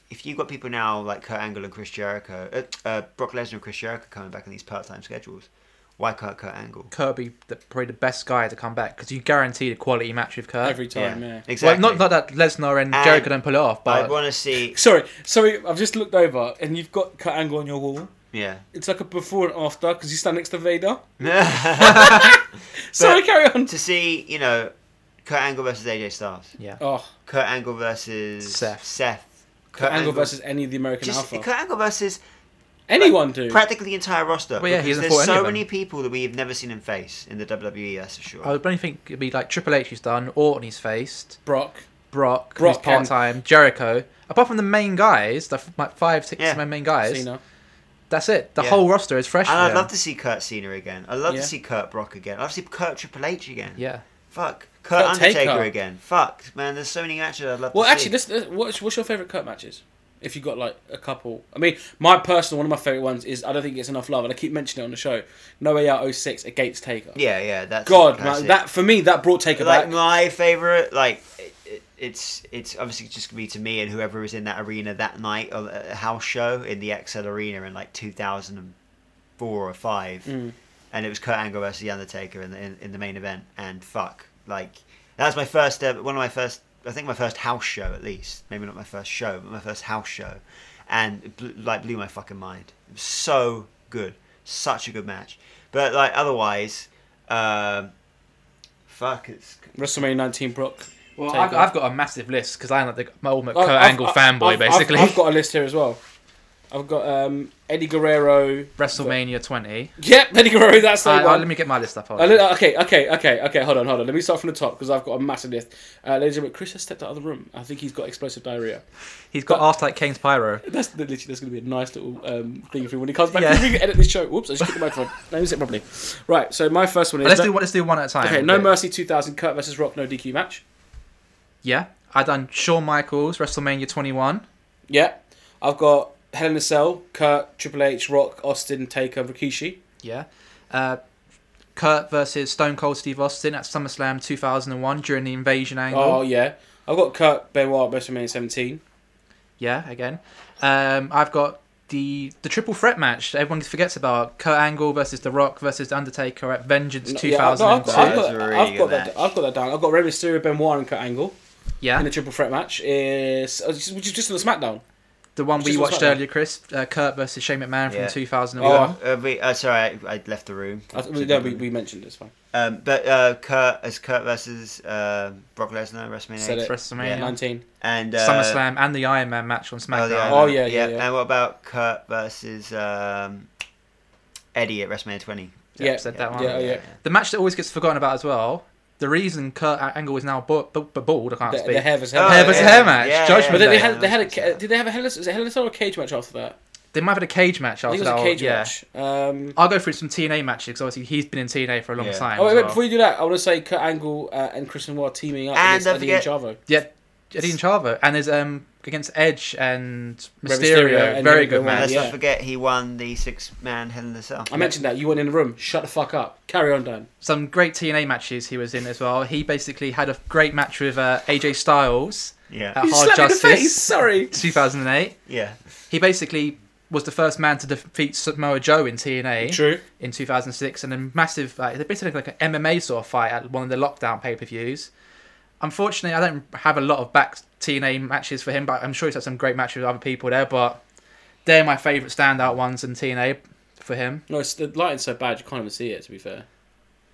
Speaker 3: If you've got people now like Kurt Angle and Chris Jericho, uh, uh, Brock Lesnar and Chris Jericho coming back on these part-time schedules, Why can't Kurt Angle?
Speaker 2: Kirby, the, probably the best guy to come back because you guaranteed a quality match with Kurt.
Speaker 1: every time. Yeah.
Speaker 3: exactly.
Speaker 2: Well, not, not that Lesnar and
Speaker 3: And-
Speaker 2: Jericho don't pull it off,
Speaker 3: I
Speaker 2: but
Speaker 3: want to see.
Speaker 1: Sorry, sorry. I've just looked over, and you've got Kurt Angle on your wall.
Speaker 3: Yeah.
Speaker 1: It's like a before and after because you stand next to Vader.
Speaker 3: to
Speaker 1: sorry, carry
Speaker 3: [LAUGHS]
Speaker 1: on.
Speaker 3: see, you know, Kurt Angle versus AJ Styles.
Speaker 2: yeah,
Speaker 1: Oh,
Speaker 3: Kurt Angle versus
Speaker 2: Seth.
Speaker 3: Seth. Kurt,
Speaker 1: Kurt Angle versus any of the American
Speaker 3: just
Speaker 1: Alpha.
Speaker 3: Kurt Angle versus
Speaker 1: Anyone, dude.
Speaker 3: practically the entire roster.
Speaker 2: Well, yeah, he
Speaker 3: because
Speaker 2: hasn't
Speaker 3: there's
Speaker 2: fought any
Speaker 3: so
Speaker 2: of them.
Speaker 3: many people that we've never seen him face in the WWE. That's for
Speaker 1: Oh,
Speaker 3: sure.
Speaker 2: I would only think it'd be like Triple H who's done, Orton he's faced,
Speaker 1: Brock.
Speaker 2: Brock,
Speaker 1: Brock
Speaker 2: who's
Speaker 1: and-
Speaker 2: part time, Jericho. Apart from the main guys, the f- like five, six
Speaker 3: Yeah.
Speaker 2: main guys,
Speaker 1: Cena.
Speaker 2: that's it. The
Speaker 3: Yeah.
Speaker 2: whole roster is fresh.
Speaker 3: and
Speaker 2: for
Speaker 3: I'd
Speaker 2: them.
Speaker 3: love to see Kurt Cena again. I'd love
Speaker 1: Yeah.
Speaker 3: to see Kurt Brock again. I'd love to see Kurt Triple H again.
Speaker 2: Yeah,
Speaker 3: Fuck. Kurt,
Speaker 1: Kurt
Speaker 3: Undertaker
Speaker 1: Taker.
Speaker 3: again. Fuck, man. There's so many matches I'd love
Speaker 1: Well,
Speaker 3: to
Speaker 1: actually,
Speaker 3: see.
Speaker 1: let's, let's- what's, what's your favourite Kurt matches? If you got like a couple, I mean, my personal one of my favourite ones is I don't think it's enough love, and I keep mentioning it on the show. No Way Out 06 against Taker.
Speaker 3: Yeah, yeah. That's
Speaker 1: God,
Speaker 3: that's
Speaker 1: man,
Speaker 3: it.
Speaker 1: that for me that brought Taker
Speaker 3: like
Speaker 1: back.
Speaker 3: my favorite like it, it, it's it's obviously just gonna be to me and whoever was in that arena that night of a house show in the XL arena in like 2004 or
Speaker 1: Mm.
Speaker 3: 5 and it was Kurt Angle versus The Undertaker in the, in, in the main event and fuck like that was my first uh, one of my first I think my first house show at least maybe not my first show but my first house show and it blew, like blew my fucking mind it was so good such a good match but like otherwise um fuck it's
Speaker 1: WrestleMania 19 Brock.
Speaker 2: Well,
Speaker 1: Taker.
Speaker 2: I've, I've got a massive list because I'm like the, my ultimate Kurt
Speaker 1: Oh, I've-
Speaker 2: Angle
Speaker 1: I've-
Speaker 2: fanboy,
Speaker 1: I've- I've-
Speaker 2: basically.
Speaker 1: I've, got a list here as well. I've got um, Eddie Guerrero.
Speaker 2: WrestleMania 20.
Speaker 1: Yep, [LAUGHS] Eddie Guerrero. That's the
Speaker 2: I, I,
Speaker 1: one. Uh,
Speaker 2: let me get my list up. Hold
Speaker 1: I
Speaker 2: on.
Speaker 1: li- okay, okay, okay, okay. Hold on, hold on. Let me start from the top because I've got a massive list. Uh, ladies and gentlemen, Chris has stepped out of the room. I think he's got explosive diarrhea.
Speaker 2: He's got asked like Kane's pyro.
Speaker 1: That's the- literally that's going to be a nice little um, thing for him when he comes back.
Speaker 2: Yeah.
Speaker 1: We can edit this show. Whoops, I just hit the
Speaker 2: [LAUGHS]
Speaker 1: microphone. Let me sit properly. Right. So my first one is
Speaker 2: But let's
Speaker 1: no-
Speaker 2: do one. Let's do one at a time.
Speaker 1: okay. No
Speaker 2: But-
Speaker 1: Mercy 2000 Kurt versus Rock no DQ match.
Speaker 2: Yeah, I done Shawn Michaels WrestleMania 21.
Speaker 1: Yeah. I've got Hell in a Cell Kurt Triple H Rock Austin Taker Rikishi.
Speaker 2: Yeah, uh, Kurt versus Stone Cold Steve Austin at SummerSlam 2001 during the Invasion angle.
Speaker 1: Oh yeah. I've got Kurt Benoit at WrestleMania 17.
Speaker 2: Yeah, again. Um, I've got the the triple threat match that everyone forgets about: Kurt Angle versus The Rock versus The Undertaker at Vengeance
Speaker 1: No, yeah, no, I've
Speaker 2: 2002.
Speaker 1: got, I've
Speaker 3: That's
Speaker 1: got,
Speaker 3: a really
Speaker 1: I've got
Speaker 3: good
Speaker 1: that.
Speaker 3: match.
Speaker 1: I've got that down. I've got Rey Mysterio, Benoit, and Kurt Angle
Speaker 2: yeah,
Speaker 1: in a triple threat match. Is uh, which is just on the SmackDown.
Speaker 2: the one
Speaker 1: Which
Speaker 2: we
Speaker 1: is what's like
Speaker 2: watched
Speaker 1: that? Oh,
Speaker 2: earlier, Chris. Uh, Kurt versus Shane McMahon from
Speaker 3: Yeah.
Speaker 2: 2001.
Speaker 3: Uh, we, uh, sorry, I, I left the room.
Speaker 1: I, th- no, we, we mentioned it, it's fine.
Speaker 3: Um, but uh, Kurt as Kurt versus uh, Brock Lesnar WrestleMania,
Speaker 1: Said
Speaker 3: 8.
Speaker 1: it.
Speaker 2: WrestleMania. Yeah.
Speaker 1: 19.
Speaker 3: and uh,
Speaker 2: SummerSlam and the Iron Man match on
Speaker 3: Oh,
Speaker 2: SmackDown.
Speaker 3: the Iron
Speaker 1: Oh,
Speaker 3: Man.
Speaker 1: yeah, yeah, yeah.
Speaker 3: And what about Kurt versus um, Eddie at WrestleMania 20?
Speaker 1: Yeah,
Speaker 2: said that one.
Speaker 1: yeah, oh, yeah.
Speaker 2: The match that always gets forgotten about as well. The reason Kurt Angle is now bald, bald I can't
Speaker 1: The,
Speaker 2: speak.
Speaker 1: the hair versus
Speaker 3: Oh,
Speaker 1: hair.
Speaker 2: hair versus
Speaker 3: yeah.
Speaker 2: hair match.
Speaker 3: Yeah,
Speaker 2: Judgment
Speaker 3: yeah,
Speaker 1: But then
Speaker 2: Day.
Speaker 1: they had, they had a
Speaker 3: Yeah.
Speaker 1: ca- did they have a hell is it a hell in a cell or a cage match after that?
Speaker 2: They might have had a cage match
Speaker 1: I
Speaker 2: after
Speaker 1: think it was
Speaker 2: that.
Speaker 1: a
Speaker 2: or-
Speaker 1: cage
Speaker 2: yeah.
Speaker 1: match. Um,
Speaker 2: I'll go through some TNA matches because obviously he's been in TNA for a long
Speaker 3: Yeah.
Speaker 2: time.
Speaker 1: oh wait,
Speaker 2: as
Speaker 1: wait,
Speaker 2: well.
Speaker 1: before you do that, I want to say Kurt Angle uh, and Chris Noir teaming up
Speaker 3: And
Speaker 1: against
Speaker 3: don't
Speaker 1: Eddie and
Speaker 3: forget-
Speaker 1: Chavo.
Speaker 2: yeah, Eddie and Chavo, and there's um against Edge and
Speaker 1: Rey
Speaker 2: Mysterio,
Speaker 1: Mysterio and
Speaker 2: very
Speaker 1: Nick
Speaker 2: good
Speaker 1: Benoit.
Speaker 3: And
Speaker 2: match.
Speaker 3: let's
Speaker 1: Yeah.
Speaker 3: not forget he won the six man Hell in a Cell.
Speaker 1: I mentioned that you weren't in the room. Shut the fuck up. Carry on, Dan.
Speaker 2: Some great TNA matches he was in as well. He basically had a great match with uh, AJ Styles
Speaker 3: Yeah,
Speaker 2: Uh,
Speaker 1: You
Speaker 2: Hard
Speaker 1: slapped me in the
Speaker 2: Justice.
Speaker 1: face. Sorry.
Speaker 2: 2008.
Speaker 3: yeah.
Speaker 2: He basically was the first man to defeat Samoa Joe in TNA.
Speaker 1: True.
Speaker 2: in 2006 and a massive like they basically like an MMA sort of fight at one of the lockdown pay-per-views. Unfortunately, I don't have a lot of back TNA matches for him, but I'm sure he's had some great matches with other people there, but they're my favorite standout ones in TNA for him.
Speaker 1: No, it's, the lighting's so bad you can't even see it. To be fair,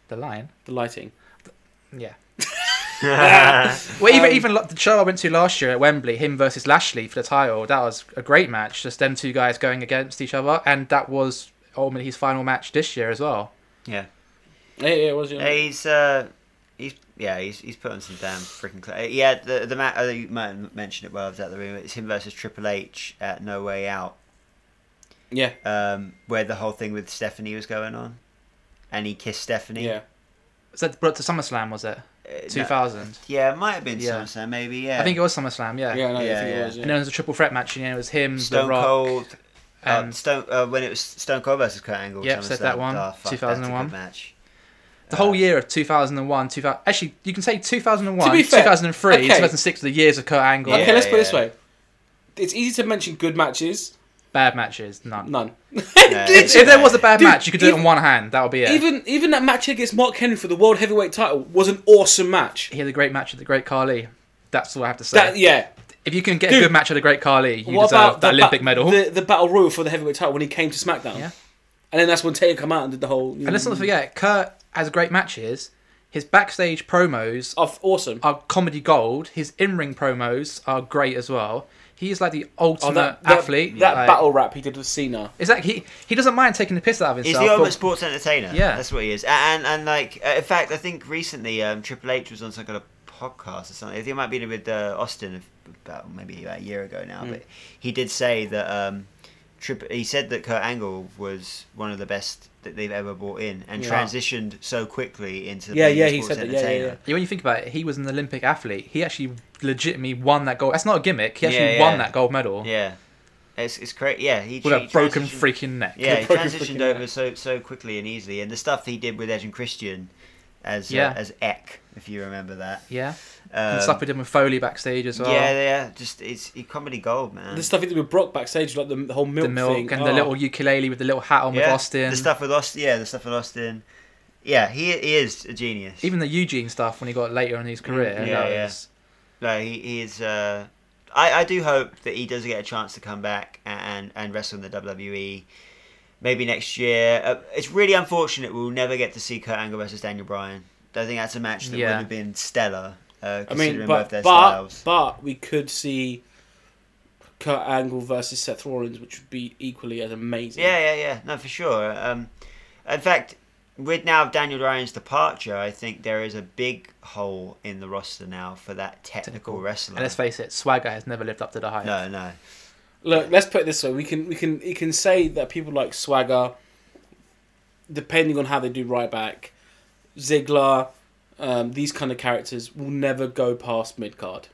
Speaker 2: The Lion.
Speaker 1: the lighting.
Speaker 2: Yeah. Well, even even like the show I went to last year at Wembley, him versus Lashley for the title, that was a great match. Just them two guys going against each other, and that was ultimately his final match this year as well.
Speaker 3: yeah.
Speaker 1: Yeah, yeah, it was your
Speaker 3: Yeah, he's uh, he's yeah, he's he's put on some damn freaking. Cl- uh, yeah, the the match uh, you might mention it while I was out the room. It's him versus Triple H at No Way Out,
Speaker 1: yeah,
Speaker 3: um, where the whole thing with Stephanie was going on, and he kissed Stephanie.
Speaker 1: yeah.
Speaker 2: Was that brought to SummerSlam, was it?
Speaker 3: Uh, no-
Speaker 2: 2000.
Speaker 3: yeah, it might have been
Speaker 2: Yeah.
Speaker 3: SummerSlam, maybe. Yeah,
Speaker 2: I think it was SummerSlam, yeah.
Speaker 1: Yeah, no, I
Speaker 3: Yeah,
Speaker 1: think it
Speaker 3: yeah.
Speaker 1: was.
Speaker 2: And
Speaker 1: Yeah.
Speaker 2: then it was a triple threat match, and it was him,
Speaker 3: Stone
Speaker 2: The Rock.
Speaker 3: Cold. uh,
Speaker 2: and
Speaker 3: Stone uh, when it was Stone Cold versus Kurt Angle.
Speaker 2: Yep, said that
Speaker 3: SummerSlam.
Speaker 2: one,
Speaker 3: Oh, fuck, that's a good
Speaker 2: 2001. [LAUGHS]
Speaker 3: match.
Speaker 2: the whole year of 2001, 2000, actually, you can say 2001,
Speaker 1: To be fair,
Speaker 2: 2003,
Speaker 1: okay.
Speaker 2: 2006 are the years of Kurt Angle.
Speaker 3: Yeah.
Speaker 1: okay, let's put it this way. It's easy to mention good matches,
Speaker 2: Bad matches, none.
Speaker 1: None.
Speaker 2: If, if there was a bad
Speaker 1: Dude,
Speaker 2: match, you could do
Speaker 1: even-
Speaker 2: it on one hand. That would be it.
Speaker 1: Even even that match against Mark Henry for the world heavyweight title was an awesome match.
Speaker 2: he had a great match with the great Carly. That's all I have to say.
Speaker 1: That yeah.
Speaker 2: if you can get
Speaker 1: Dude,
Speaker 2: a good match with the great Carly, you
Speaker 1: what
Speaker 2: deserve
Speaker 1: about
Speaker 2: that
Speaker 1: the
Speaker 2: Olympic
Speaker 1: ba-
Speaker 2: medal.
Speaker 1: The, the battle royal for the heavyweight title when he came to SmackDown.
Speaker 2: Yeah.
Speaker 1: And then that's when Taylor come out and did the whole.
Speaker 2: and let's not forget, Kurt has great matches. His backstage promos
Speaker 1: mm, Off, awesome.
Speaker 2: are comedy gold. His in-ring promos are great as well. He's like the ultimate
Speaker 1: Oh, that, that-
Speaker 2: athlete.
Speaker 1: That
Speaker 2: like-
Speaker 1: battle rap he did with Cena.
Speaker 2: Exactly. He, he doesn't mind taking the piss out of
Speaker 3: He's
Speaker 2: himself.
Speaker 3: the ultimate
Speaker 2: but-
Speaker 3: sports entertainer.
Speaker 2: Yeah.
Speaker 3: that's what he is. A- And and like uh, in fact, I think recently um, Triple H was on some kind of podcast or something. I think it might have been with uh, Austin about maybe about a year ago now.
Speaker 2: Hmm.
Speaker 3: But he did say that um, Trip. He said that Kurt Angle was one of the best that they've ever brought in, and
Speaker 1: Yeah.
Speaker 3: transitioned so quickly into
Speaker 1: Yeah,
Speaker 3: being a
Speaker 1: yeah, he
Speaker 3: sports
Speaker 1: said that, yeah, yeah,
Speaker 3: entertainer.
Speaker 1: yeah.
Speaker 2: Yeah, when you think about it, he was an Olympic athlete. He actually legitimately won that gold. That's not a gimmick. He actually
Speaker 3: Yeah, yeah.
Speaker 2: won that gold medal
Speaker 3: Yeah, it's it's great. Yeah, he
Speaker 2: with
Speaker 3: he
Speaker 2: a broken [LAUGHS]
Speaker 3: transitioned-
Speaker 2: freaking neck.
Speaker 3: Yeah, he
Speaker 1: broken
Speaker 3: transitioned
Speaker 1: freaking
Speaker 3: over
Speaker 1: neck.
Speaker 3: so so quickly and easily, and the stuff he did with Edge and Christian, as
Speaker 2: Yeah.
Speaker 3: uh, as Eck, if you remember that.
Speaker 2: Yeah. and
Speaker 3: Um,
Speaker 2: the stuff we did with Foley backstage as well.
Speaker 3: yeah, yeah, just it's it comedy gold, man.
Speaker 1: The stuff he did with Brock backstage, like the, the whole milk
Speaker 2: Mm. the milk
Speaker 1: thing.
Speaker 2: and
Speaker 1: oh.
Speaker 2: the little ukulele with the little hat on
Speaker 3: yeah,
Speaker 2: with Austin.
Speaker 3: the stuff with Austin, yeah, the stuff with Austin. Yeah, he, he is a genius.
Speaker 2: Even the Eugene stuff when he got later in his career.
Speaker 3: Mm,
Speaker 2: that
Speaker 3: yeah,
Speaker 2: was-
Speaker 3: no, he, he is. Uh, I I do hope that he does get a chance to come back and and wrestle in the WWE. Maybe next year. Uh, it's really unfortunate we'll never get to see Kurt Angle versus Daniel Bryan. I think that's a match that
Speaker 2: Yeah.
Speaker 3: would have been stellar. Uh,
Speaker 1: I
Speaker 3: considering
Speaker 1: mean,
Speaker 3: both
Speaker 1: but
Speaker 3: their
Speaker 1: but,
Speaker 3: styles.
Speaker 1: but we could see Kurt Angle versus Seth Rollins, which would be equally as amazing.
Speaker 3: Yeah, yeah, yeah. No, for sure. Um, in fact, with now Daniel Bryan's departure, I think there is a big hole in the roster now for that technical,
Speaker 2: Technical.
Speaker 3: wrestler.
Speaker 2: And let's face it, Swagger has never lived up to the hype.
Speaker 3: no, no.
Speaker 1: Look, let's put it this way: we can we can you can say that people like Swagger, depending on how they do Ryback, Ziggler, um, these kind of characters will never go past mid card.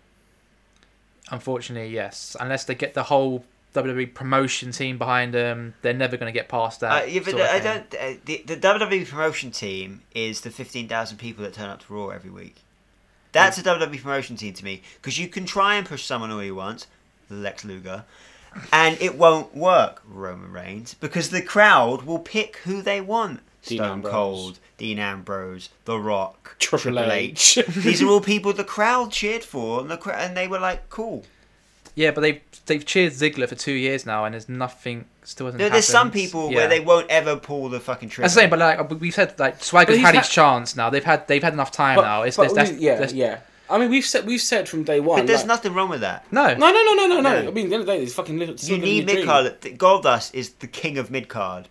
Speaker 2: Unfortunately, yes. Unless they get the whole WWE promotion team behind them, they're never going to get past that.
Speaker 3: Uh, yeah, but
Speaker 2: sort of
Speaker 3: I
Speaker 2: thing.
Speaker 3: don't. Uh, the, the WWE promotion team is the fifteen thousand people that turn up to Raw every week.
Speaker 2: Mm.
Speaker 3: That's a WWE E promotion team to me because you can try and push someone all you want, Lex Luger, and it won't work, Roman Reigns, because the crowd will pick who they want.
Speaker 1: Dean
Speaker 3: Stone
Speaker 1: Ambrose.
Speaker 3: Cold, Dean Ambrose, The Rock,
Speaker 1: Triple H.
Speaker 2: [LAUGHS]
Speaker 3: These are all people the crowd cheered for, and, the, cra- and they were like, "Cool."
Speaker 2: Yeah, but they've they've cheered Ziggler for two years now, and there's nothing still hasn't.
Speaker 3: There, there's some
Speaker 2: happened.
Speaker 3: people
Speaker 2: Yeah.
Speaker 3: where they won't ever pull the fucking trigger.
Speaker 2: That's the same, but like we- we've said, like Swagger's
Speaker 1: he's
Speaker 2: had
Speaker 1: had-
Speaker 2: his chance now. They've had they've had enough time
Speaker 1: But-
Speaker 2: now. It's,
Speaker 1: but
Speaker 2: there's, that's,
Speaker 1: we- yeah,
Speaker 2: there's-
Speaker 1: yeah. I mean, we've said we've said from day one.
Speaker 3: but there's
Speaker 1: like-
Speaker 3: nothing wrong with that.
Speaker 2: No,
Speaker 1: No, no, no, no, no, no.
Speaker 3: No.
Speaker 1: I mean, at the end of the day, there's fucking little.
Speaker 3: you need mid card. Goldust is the king of mid card.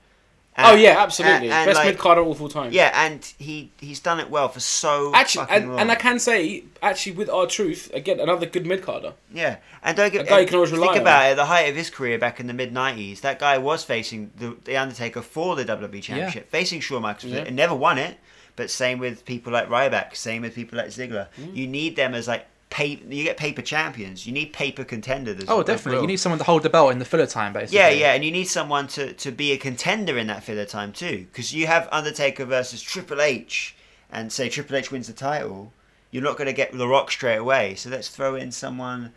Speaker 1: Oh yeah, absolutely.
Speaker 3: and,
Speaker 1: Best
Speaker 3: like,
Speaker 1: mid card of all time.
Speaker 3: Yeah, and he he's done it well for so
Speaker 1: Actually,
Speaker 3: fucking
Speaker 1: and,
Speaker 3: long.
Speaker 1: and I can say, actually, with our truth, again, another good mid carder.
Speaker 3: yeah, and don't get
Speaker 1: A guy you can always
Speaker 3: think
Speaker 1: rely on.
Speaker 3: about it. At the height of his career back in the mid '90s, that guy was facing the, the Undertaker for the WWE Championship, facing Shawn Michaels,
Speaker 1: Yeah.
Speaker 3: and never won it. But same with people like Ryback, same with people like Ziggler.
Speaker 1: Mm.
Speaker 3: You need them as like paper. You get paper champions. You need paper contenders. as
Speaker 2: Oh,
Speaker 3: a
Speaker 2: definitely.
Speaker 3: rule.
Speaker 2: You need someone to hold the belt in the filler time, basically.
Speaker 3: Yeah, yeah, and you need someone to, to be a contender in that filler time too, because you have Undertaker versus Triple H, and say Triple H wins the title, you're not going to get The Rock straight away. So let's throw in someone,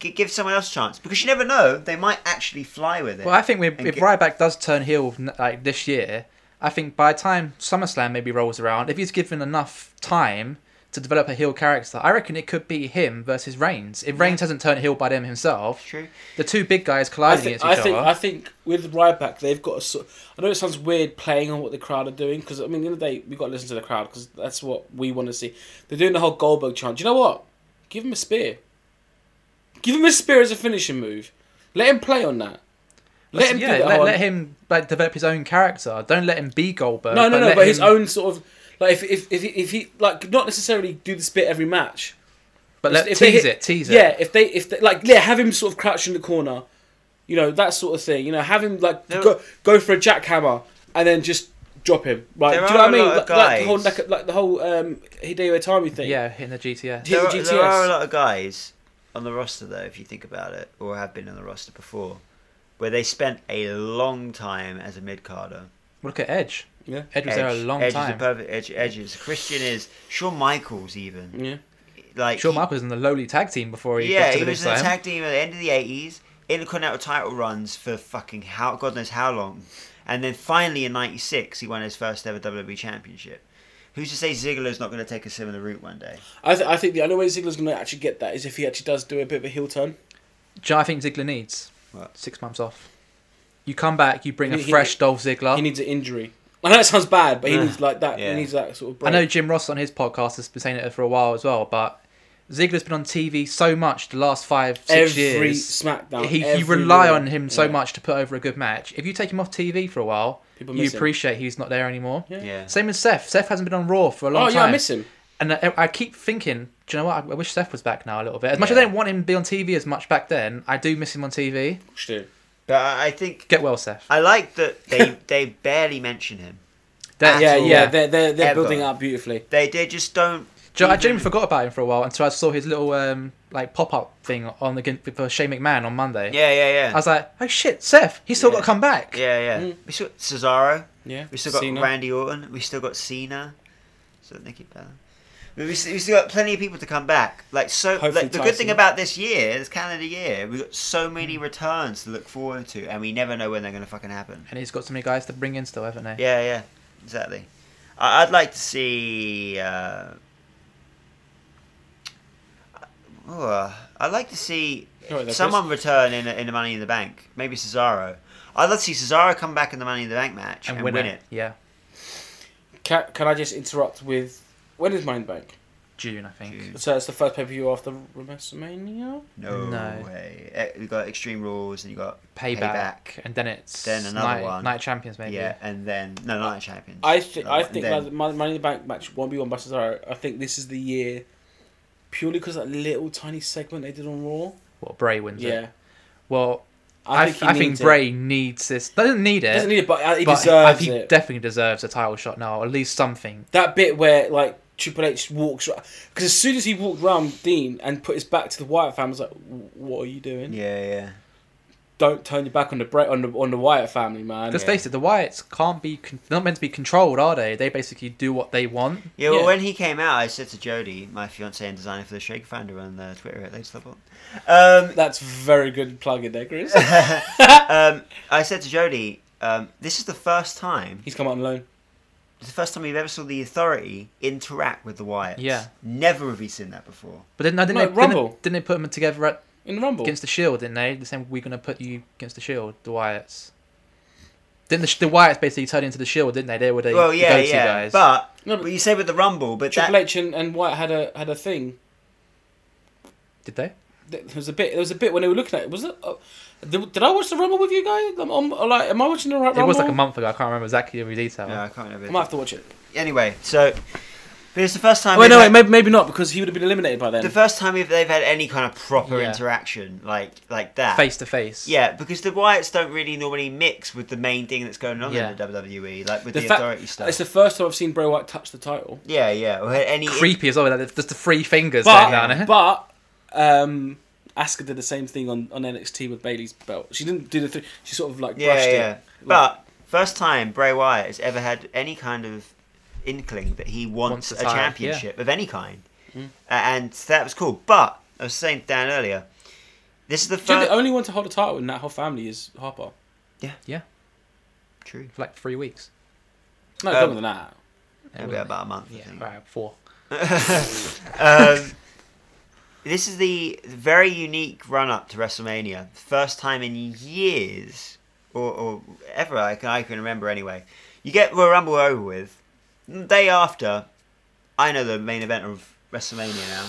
Speaker 3: gi- give someone else a chance, because you never know, they might actually fly with it.
Speaker 2: Well, I think we, if
Speaker 3: And get-
Speaker 2: Ryback does turn heel n- like this year, I think by the time SummerSlam maybe rolls around, if he's given enough time to develop a heel character, I reckon it could be him versus Reigns. If Reigns hasn't turned heel by then himself,
Speaker 3: True.
Speaker 2: the two big guys
Speaker 1: I
Speaker 2: colliding
Speaker 1: think, I
Speaker 2: against each
Speaker 1: think
Speaker 2: other.
Speaker 1: I think with Ryback they've got a sort. I know it sounds weird playing on what the crowd are doing because I mean at the end of the day we have got to listen to the crowd because that's what we want to see. They're doing the whole Goldberg chant. Do you know what? Give him a spear. Give him a spear as a finishing move. Let him play on that. Let him
Speaker 2: yeah,
Speaker 1: do that.
Speaker 2: let,
Speaker 1: on-
Speaker 2: let him like develop his own character. Don't let him be Goldberg.
Speaker 1: no, no, no.
Speaker 2: let
Speaker 1: But his
Speaker 2: him-
Speaker 1: own sort of like if if if he, if he like not necessarily do the spit every match.
Speaker 2: But let,
Speaker 1: If they
Speaker 2: tease
Speaker 1: hit-
Speaker 2: it, tease
Speaker 1: Yeah,
Speaker 2: it.
Speaker 1: if they if they, like yeah, have him sort of crouch in the corner, you know that sort of thing. You know, have him like
Speaker 3: There-
Speaker 1: go go for a jackhammer and then just drop him. Right?
Speaker 3: There
Speaker 1: Do you know what
Speaker 3: are
Speaker 1: I
Speaker 3: a
Speaker 1: mean?
Speaker 3: lot
Speaker 1: Like,
Speaker 3: of
Speaker 1: like the whole
Speaker 3: guys-
Speaker 1: like, like the whole um, Hideo Itami thing.
Speaker 2: Yeah, hitting the GTS.
Speaker 1: Hit
Speaker 3: There
Speaker 1: the
Speaker 3: are, there are
Speaker 1: GTS.
Speaker 3: a lot of guys on the roster though, if you think about it, or have been on the roster before, where they spent a long time as a mid carder.
Speaker 2: Look at Edge.
Speaker 1: yeah,
Speaker 2: Edge was there a long
Speaker 3: Edge is a
Speaker 2: time.
Speaker 3: perfect Edge. Edge is Christian is Shawn Michaels even
Speaker 1: yeah.
Speaker 3: like
Speaker 2: Shawn
Speaker 3: he-
Speaker 2: Michaels in the lowly tag team before he
Speaker 3: yeah,
Speaker 2: got to
Speaker 3: he
Speaker 2: the big
Speaker 3: was in the
Speaker 2: time.
Speaker 3: tag team at the end of the eighties. Intercontinental title runs for fucking how God knows how long, and then finally in '96 he won his first ever WWE Championship. Who's to say Ziggler's not going to take a similar route one day?
Speaker 1: I, th- I think the only way Ziggler's going to actually get that is if he actually does do a bit of a heel turn.
Speaker 2: Do you know what I think Ziggler needs?
Speaker 3: What?
Speaker 2: Six months off. You come back, you bring a
Speaker 1: He- he-
Speaker 2: fresh Dolph Ziggler.
Speaker 1: He needs an injury. I know that sounds bad, but he
Speaker 3: Yeah.
Speaker 1: needs like that.
Speaker 3: Yeah.
Speaker 1: He needs that sort of.
Speaker 2: I
Speaker 1: Break.
Speaker 2: know Jim Ross on his podcast has been saying it for a while as well, but Ziggler's been on TV so much the last five, six
Speaker 1: every
Speaker 2: years.
Speaker 1: SmackDown.
Speaker 2: He,
Speaker 1: every
Speaker 2: you rely
Speaker 1: Raw.
Speaker 2: on him so
Speaker 1: Yeah.
Speaker 2: much to put over a good match. If you take him off TV for a while,
Speaker 1: People
Speaker 2: you
Speaker 1: miss him.
Speaker 2: appreciate he's not there anymore.
Speaker 1: Yeah.
Speaker 3: Yeah.
Speaker 2: Same as Seth. Seth hasn't been on Raw for a long
Speaker 1: Oh
Speaker 2: time.
Speaker 1: yeah, I miss him.
Speaker 2: And I, I keep thinking, do you know what? I, I wish Seth was back now a little bit. As much as
Speaker 3: Yeah.
Speaker 2: I didn't want him to be on TV as much back then, I do miss him on TV.
Speaker 1: Sure.
Speaker 3: But I I think
Speaker 2: Get well, Seth.
Speaker 3: I like that [LAUGHS] they they barely mention him.
Speaker 2: That-
Speaker 3: At
Speaker 1: Yeah,
Speaker 3: all.
Speaker 1: yeah, they're they're, they're
Speaker 3: Ever.
Speaker 1: building up beautifully.
Speaker 3: They they just don't.
Speaker 2: Jo- I
Speaker 3: even-
Speaker 2: genuinely forgot about him for a while until I saw his little um, like pop up thing on the for Shane McMahon on Monday.
Speaker 3: Yeah, yeah,
Speaker 2: I
Speaker 3: yeah.
Speaker 2: was like, oh shit, Seth, he's still
Speaker 3: Yeah.
Speaker 2: got to come back.
Speaker 3: yeah, yeah. We still got Cesaro.
Speaker 1: Yeah,
Speaker 3: We still got
Speaker 1: Cena.
Speaker 3: Randy Orton. We still got Cena. So Nikki Bella. We we still, we still got plenty of people to come back. Like so,
Speaker 1: Hopefully
Speaker 3: like the good thing
Speaker 1: Tyson.
Speaker 3: about this year, this calendar year, we have got so many returns to look forward to, and we never know when they're going to fucking happen.
Speaker 2: And he's got so many guys to bring in still, haven't they?
Speaker 3: Yeah, yeah, exactly. I- I'd like to see. Uh, oh, uh, I'd like to see
Speaker 1: Alright, there,
Speaker 3: someone return in in the Money in the Bank. Maybe Cesaro. I'd love to see Cesaro come back in the Money in the Bank match and, win, it.
Speaker 2: Yeah,
Speaker 1: Can, can I just interrupt with when is Money in the Bank?
Speaker 2: June, I think.
Speaker 3: June.
Speaker 1: So it's the first pay per view after WrestleMania.
Speaker 3: No,
Speaker 2: No.
Speaker 3: way. Eh, We got Extreme Rules and you got
Speaker 2: Payback.
Speaker 3: Payback.
Speaker 2: And then it's
Speaker 3: Then another
Speaker 2: Night,
Speaker 3: one.
Speaker 2: Night Champions, maybe.
Speaker 3: Yeah, and then no, not champions.
Speaker 1: I think
Speaker 3: No,
Speaker 1: I
Speaker 3: and
Speaker 1: think
Speaker 3: Oh, then-
Speaker 1: like, the Mon- Money in the Bank match won't be won by Cesaro. I think this is the year purely because that little tiny segment they did on Raw.
Speaker 2: Well, Bray wins
Speaker 1: Yeah,
Speaker 2: it. Well,
Speaker 1: I
Speaker 2: I,
Speaker 1: think
Speaker 2: think,
Speaker 1: he
Speaker 2: I think
Speaker 1: needs it.
Speaker 2: Bray needs this. Doesn't need it.
Speaker 1: he doesn't need it, but uh, he
Speaker 2: but I
Speaker 1: deserves
Speaker 2: think he
Speaker 1: it.
Speaker 2: definitely deserves a title shot now, or at least something.
Speaker 1: that bit where like Triple H walks because as soon as he walked round Dean and put his back to the Wyatt family, I was like, "W- "What are you doing?
Speaker 3: Yeah, yeah.
Speaker 1: Don't turn your back on the Bra- on the on the Wyatt family, man."
Speaker 2: Let's
Speaker 3: Yeah.
Speaker 2: face it, the Wyatts can't be con- they're not meant to be controlled, are they? They basically do what they want.
Speaker 3: Yeah, well,
Speaker 1: Yeah.
Speaker 3: when he came out, I said to Jody, my fiance and designer for the Shake Finder on uh, Twitter at Ladies Level, um,
Speaker 1: That's very good plug in there, Chris. [LAUGHS]
Speaker 3: um, I said to Jody, um, this is the first time,
Speaker 1: He's come out on loan.
Speaker 3: it's the first time we've ever saw the Authority interact with the Wyatts.
Speaker 2: Yeah.
Speaker 3: Never have we seen that before.
Speaker 2: But then, no, didn't,
Speaker 1: No,
Speaker 2: they,
Speaker 1: Rumble.
Speaker 2: didn't, didn't they put them together at,
Speaker 1: In the Rumble.
Speaker 2: against the Shield? Didn't they? They said we're gonna put you against the Shield, the Wyatts. Didn't the, Sh- the Wyatts basically turn into the Shield? Didn't they? They were the,
Speaker 3: well,
Speaker 2: the
Speaker 3: yeah,
Speaker 2: go-to
Speaker 3: yeah.
Speaker 2: guys.
Speaker 3: But,
Speaker 1: No, but-
Speaker 3: well, you say with the Rumble, but
Speaker 1: Triple
Speaker 3: that.
Speaker 1: H and, and Wyatt had a had a thing.
Speaker 2: Did they?
Speaker 1: There was a bit. There was a bit when they were looking at it. Was it? Uh, did, did I watch the Rumble with you guys? I'm, I'm- like, am I watching the right Rumble?
Speaker 2: It was like a month ago. I can't remember exactly every detail.
Speaker 3: No, I can't
Speaker 1: I might
Speaker 3: remember.
Speaker 1: have to watch it.
Speaker 3: Anyway, so. But it's the first time.
Speaker 1: wait,
Speaker 3: we've
Speaker 1: no, wait,
Speaker 3: had-
Speaker 1: maybe, maybe not because he would have been eliminated by then.
Speaker 3: The first time we've- they've had any kind of proper
Speaker 2: Yeah.
Speaker 3: interaction like like that.
Speaker 2: Face to face.
Speaker 3: Yeah, because the Wyatts don't really normally mix with the main thing that's going on
Speaker 2: Yeah.
Speaker 3: in the WWE, like with
Speaker 1: The
Speaker 3: the,
Speaker 1: fact-
Speaker 3: authority stuff.
Speaker 1: It's the first time I've seen Bray White touch the title.
Speaker 3: Yeah, yeah. Or any
Speaker 2: Creepy as well. Like, just the three fingers
Speaker 1: But
Speaker 2: going down eh? it.
Speaker 1: but um, Asuka did the same thing on, on NXT with Bailey's belt. She didn't do the three. She sort of like
Speaker 3: Yeah,
Speaker 1: brushed
Speaker 3: yeah.
Speaker 1: it. Like,
Speaker 3: But first time Bray Wyatt has ever had any kind of inkling that he wants,
Speaker 2: Wants a
Speaker 3: a
Speaker 2: title,
Speaker 3: championship of any kind,
Speaker 2: Mm.
Speaker 3: A- and that was cool. But I was saying to Dan earlier, this is the
Speaker 1: do you know
Speaker 3: first.
Speaker 1: the only one to hold a title in that whole family is Harper.
Speaker 3: True.
Speaker 2: For like three weeks.
Speaker 1: No,
Speaker 3: Um,
Speaker 1: longer than that.
Speaker 2: Yeah,
Speaker 3: It'll be
Speaker 2: wouldn't
Speaker 3: about a month.
Speaker 2: they?
Speaker 3: I think.
Speaker 2: Yeah, about four.
Speaker 3: um, this is the very unique run up to WrestleMania. First time in years, or, or ever I can, I can remember anyway. You get Royal Rumble over with. The day after, I know the main event of WrestleMania now.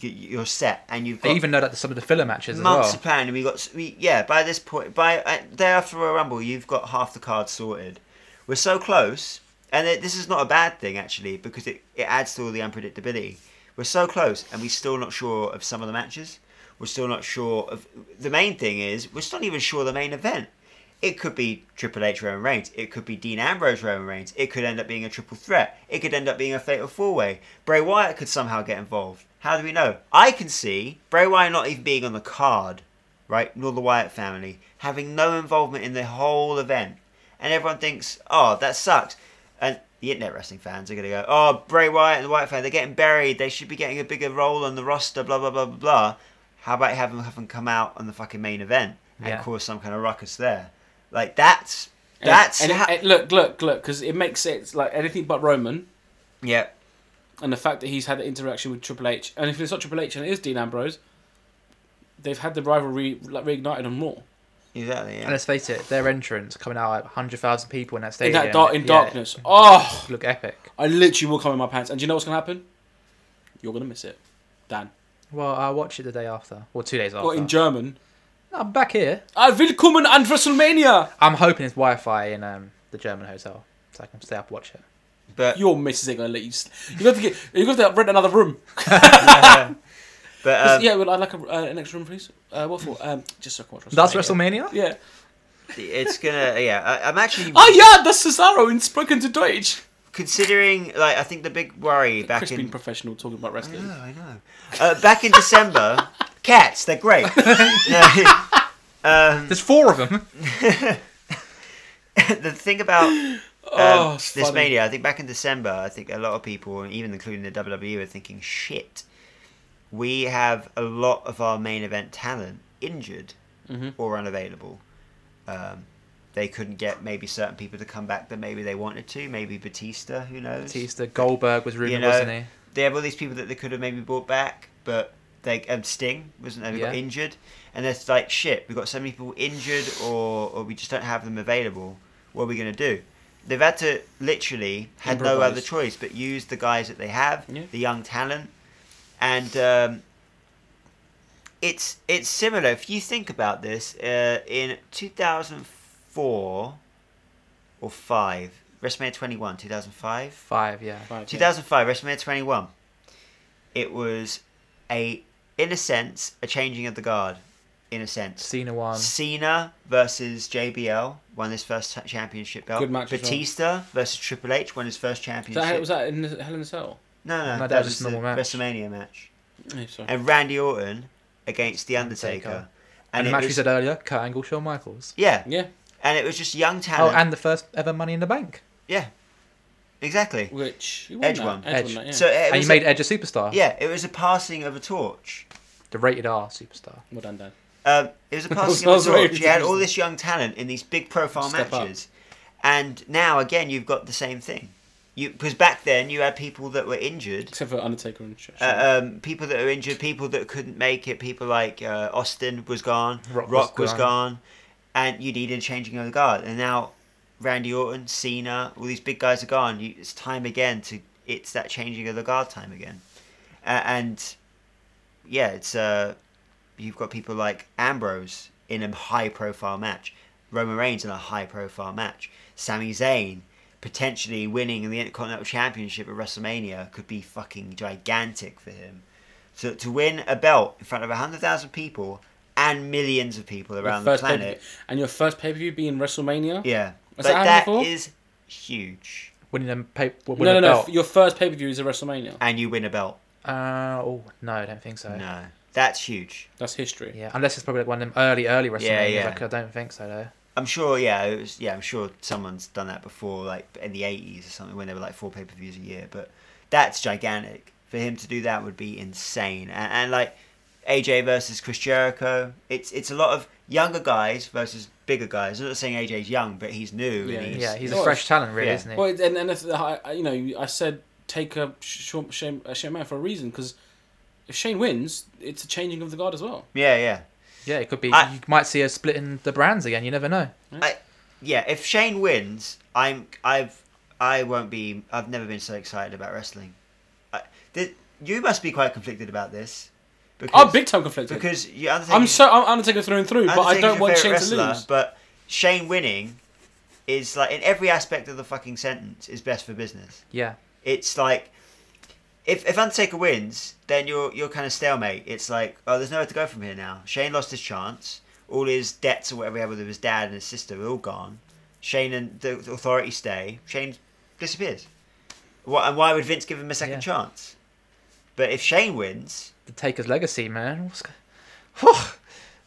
Speaker 3: You, you're set, and you've
Speaker 2: They
Speaker 3: got
Speaker 2: even know that some of the filler matches as
Speaker 3: months
Speaker 2: well.
Speaker 3: to plan. And we got we, yeah. By this point, by uh, day after Royal Rumble, you've got half the card sorted. We're so close, and it, this is not a bad thing actually because it, it adds to all the unpredictability. We're so close, and we're still not sure of some of the matches. We're still not sure of the main thing is we're still not even sure of the main event. It could be Triple H Roman Reigns. It could be Dean Ambrose Roman Reigns. It could end up being a triple threat. It could end up being a fatal four way. Bray Wyatt could somehow get involved. How do we know? I can see Bray Wyatt not even being on the card, right? Nor the Wyatt family having no involvement in the whole event, and everyone thinks, "Oh, that sucks." And the internet wrestling fans are gonna go, "Oh, Bray Wyatt and the Wyatt family, they're getting buried. They should be getting a bigger role on the roster." Blah blah blah blah blah. How about having having come out on the fucking main event and
Speaker 2: Yeah.
Speaker 3: cause some kind of ruckus there? Like that's
Speaker 1: And-
Speaker 3: that's
Speaker 1: and,
Speaker 3: ha-
Speaker 1: and look, look, look, because it makes sense. Like anything but Roman,
Speaker 3: yeah.
Speaker 1: and the fact that he's had the interaction with Triple H, and if it's not Triple H and it is Dean Ambrose, they've had the rivalry like, reignited on Raw
Speaker 3: Exactly.
Speaker 2: And
Speaker 3: Yeah.
Speaker 2: let's face it, their entrance coming out at 100,000 people in that
Speaker 1: in
Speaker 2: stadium.
Speaker 1: that dark in
Speaker 2: yeah,
Speaker 1: darkness. Oh,
Speaker 2: Look epic.
Speaker 1: I literally will come in my pants. And do you know what's gonna happen? You're gonna miss it, Dan.
Speaker 2: Well, I'll watch it the day after. Or two
Speaker 3: Oh,
Speaker 2: days after.
Speaker 1: Or in German,
Speaker 2: I'm back here.
Speaker 1: "Ah, willkommen an WrestleMania.
Speaker 2: I'm hoping it's Wi Fi in um, the German hotel so I can stay up and watch it.
Speaker 3: But
Speaker 1: Your missus ain't gonna let you. Sl- you got to get. You got to rent another room.
Speaker 3: but um,
Speaker 1: yeah, well, I'd like a, uh, an extra room, please. Uh, what for? Um, just so I can watch
Speaker 2: That's
Speaker 1: WrestleMania.
Speaker 2: WrestleMania?
Speaker 1: Yeah.
Speaker 3: it's gonna yeah. I,
Speaker 1: [LAUGHS]
Speaker 3: I'm actually
Speaker 1: Ah ja, das Cesaro in Spoken to Deutsch.
Speaker 3: considering like I think the big worry back
Speaker 1: Chris
Speaker 3: in Ah.
Speaker 1: being professional talking about wrestling.
Speaker 3: No, I know. Uh, back
Speaker 1: [LAUGHS]
Speaker 3: in December, cats, they're great. [LAUGHS] No, um,
Speaker 2: There's four of
Speaker 3: [LAUGHS]
Speaker 2: them.
Speaker 3: the thing about um,
Speaker 1: Oh, it's
Speaker 3: this
Speaker 1: funny.
Speaker 3: mania, I think back in December, I think a lot of people, even including the WWE, were thinking, shit, we have a lot of our main event talent injured
Speaker 1: Mm-hmm.
Speaker 3: or unavailable. Um, they couldn't get maybe certain people to come back that maybe they wanted to. Maybe Batista, who knows?
Speaker 2: Batista, Goldberg was rumored,
Speaker 3: You know,
Speaker 2: wasn't he?
Speaker 3: they have all these people that they could have maybe brought back, but they um, Sting wasn't there, they got
Speaker 2: Yeah.
Speaker 3: injured, and it's like shit. We've got so many people injured, or or we just don't have them available. What are we gonna do? They've had to literally had no
Speaker 1: Improvise.
Speaker 3: other choice but use the guys that they have,
Speaker 1: Yeah.
Speaker 3: the young talent, and um, it's it's similar. If you think about this, uh, in two thousand four or five, WrestleMania twenty one, two thousand five.
Speaker 2: Five, yeah.
Speaker 1: Right,
Speaker 3: 2005 WrestleMania 21. It was a, in a sense, a changing of the guard. In a sense,
Speaker 2: Cena one.
Speaker 3: Cena versus JBL won his first t- championship belt.
Speaker 1: Good match as well.
Speaker 3: Batista versus Triple H won his first
Speaker 1: yeah.
Speaker 3: championship.
Speaker 1: That, was that in Hell in a Cell?
Speaker 3: No, no,
Speaker 2: No, that
Speaker 3: that
Speaker 2: was
Speaker 3: was
Speaker 2: just a
Speaker 3: the
Speaker 2: normal match.
Speaker 3: WrestleMania match.
Speaker 1: Oh, sorry.
Speaker 3: And Randy Orton against the Undertaker.
Speaker 2: Undertaker. And
Speaker 3: And,
Speaker 2: the
Speaker 3: it
Speaker 2: match we
Speaker 3: was-
Speaker 2: said earlier, Kurt Angle, Shawn Michaels.
Speaker 3: yeah,
Speaker 1: Yeah,
Speaker 3: and it was just young
Speaker 2: Oh,
Speaker 3: talent.
Speaker 2: and the first ever Money in the Bank.
Speaker 3: yeah, exactly.
Speaker 1: which you
Speaker 3: Edge
Speaker 1: that.
Speaker 3: won.
Speaker 1: Edge,
Speaker 2: Edge.
Speaker 1: won that, yeah.
Speaker 3: So it
Speaker 2: and
Speaker 3: was
Speaker 2: you
Speaker 3: a-
Speaker 2: made Edge a superstar.
Speaker 3: yeah, it was a passing of a torch.
Speaker 2: The rated R superstar.
Speaker 1: well done, Dan.
Speaker 3: Um, it was a passing
Speaker 1: Sounds
Speaker 3: of the
Speaker 1: very
Speaker 3: torch. You had all this young talent in these big profile
Speaker 1: Step up.
Speaker 3: matches, and now again you've got the same thing. You because back then you had people that were injured,
Speaker 1: Except for Undertaker and Sh-
Speaker 3: uh, um, people that were injured, people that couldn't make it. People like uh, Austin was gone, Rock,
Speaker 2: Rock
Speaker 3: was,
Speaker 2: was
Speaker 3: gone. and you needed a changing of the guard. And now Randy Orton, Cena, all these big guys are gone. You, it's time again to it's that changing of the guard time again, uh, and yeah, it's uh, you've got people like Ambrose in a high profile match, Roman Reigns in a high profile match, Sami Zayn potentially winning the Intercontinental Championship at WrestleMania could be fucking gigantic for him. So to win a belt in front of 100,000 people and millions of people
Speaker 1: Your
Speaker 3: around the
Speaker 1: first
Speaker 3: planet.
Speaker 1: pay-per-view- and your first pay per view being WrestleMania.
Speaker 3: Yeah.
Speaker 1: Was
Speaker 3: but
Speaker 1: that
Speaker 3: that
Speaker 1: happening before?
Speaker 3: is huge.
Speaker 2: Winning them paper.
Speaker 1: No, no, no. Your first pay per view is a WrestleMania.
Speaker 3: And you win a belt.
Speaker 2: Uh, oh no, I don't think so.
Speaker 3: No. That's huge.
Speaker 1: That's history.
Speaker 2: Yeah, unless it's probably like one of them early, early WrestleMania.
Speaker 3: Yeah, yeah.
Speaker 2: I don't think so though.
Speaker 3: I'm sure, yeah, it was, yeah, I'm sure someone's done that before, like in the 80s or something, when there were like four pay per views a year. But that's gigantic. For him to do that would be insane. And, and like AJ versus Chris Jericho, it's it's a lot of younger guys versus bigger guys. I'm not saying AJ's young, but he's new.
Speaker 1: Yeah,
Speaker 3: and he's,
Speaker 2: Yeah, he's
Speaker 1: No,
Speaker 2: a fresh
Speaker 1: it's-
Speaker 2: talent, really,
Speaker 3: yeah.
Speaker 2: isn't he?
Speaker 1: Well, and and if, I, I- you know, I said take a Shane Shane Man for a reason because if Shane wins, it's a changing of the guard as well.
Speaker 3: yeah, yeah.
Speaker 2: yeah, it could be.
Speaker 3: I-
Speaker 2: you might see us splitting the brands again. You never know.
Speaker 3: I, yeah, if Shane wins, I'm I've I won't be I've never been so excited about wrestling. I, th- you must be quite conflicted about this. Because,
Speaker 1: I'm Oh, big time conflicted.
Speaker 3: because you Undertaker,
Speaker 1: I'm so I'm Undertaker through and through, but I
Speaker 3: Undertaker's
Speaker 1: don't
Speaker 3: your
Speaker 1: want Shane
Speaker 3: favourite
Speaker 1: to
Speaker 3: wrestler,
Speaker 1: lose.
Speaker 3: But Shane winning is like in every aspect of the fucking sentence is best for business.
Speaker 2: Yeah,
Speaker 3: It's like if if Undertaker wins, then you're you're kind of stalemate. It's like oh, there's nowhere to go from here now. Shane lost his chance. All his debts or whatever he had with his dad and his sister are all gone. Shane and the the authorities stay. Shane disappears. Why, and why would Vince give him a second
Speaker 2: Yeah.
Speaker 3: chance? But if Shane wins,
Speaker 2: the Taker's legacy, man. What's go-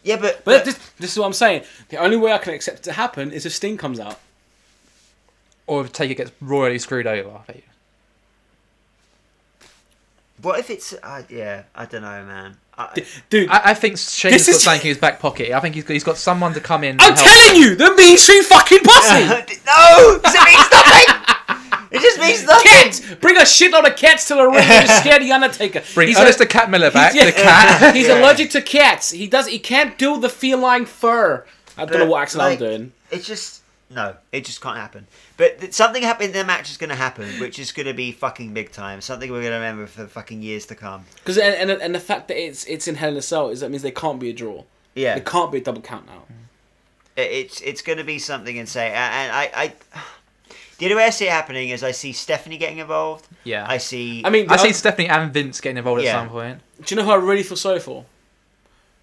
Speaker 3: yeah, but,
Speaker 1: But this, this is what I'm saying. The only way I can accept it to happen is if Sting comes out.
Speaker 2: Or if Taker gets royally screwed over. I think.
Speaker 3: What if it's? Uh, yeah, I don't know, man. I,
Speaker 1: Dude, I-
Speaker 2: I, I think Shane's
Speaker 1: This
Speaker 2: got
Speaker 1: is-
Speaker 2: something in his back pocket. I think he's, he's got someone to come in. and
Speaker 1: am
Speaker 2: help.
Speaker 1: telling you, the mean street fucking posse.
Speaker 3: [LAUGHS] no, 'cause it means nothing. It just means nothing.
Speaker 1: Cats, bring a shit on a cats till a ring is scared the Undertaker.
Speaker 2: Bring
Speaker 1: he's a,
Speaker 2: Ernest the Cat Miller
Speaker 1: [LAUGHS]
Speaker 2: back.
Speaker 1: yeah.
Speaker 2: The cat.
Speaker 1: He's
Speaker 3: Yeah.
Speaker 1: allergic to cats. He does. He can't do the feline fur. I don't know what accent
Speaker 3: Like,
Speaker 1: I'm doing.
Speaker 3: It's just no, it just can't happen. But th- something happened. The match is going to happen, which is going to be fucking big time. Something we're going to remember for fucking years to come.
Speaker 1: Because and, and and the fact that it's it's in Hell in a Cell is that means they can't be a draw.
Speaker 3: Yeah,
Speaker 1: They
Speaker 3: it,
Speaker 1: can't be a double count now.
Speaker 3: it's it's going to be something insane. A- And I, I, the only way I see it happening is I see Stephanie getting involved.
Speaker 2: yeah.
Speaker 3: I see.
Speaker 1: I mean, the-
Speaker 2: I see Stephanie and Vince getting involved
Speaker 3: Yeah.
Speaker 2: at some point.
Speaker 1: do you know who I really feel sorry for?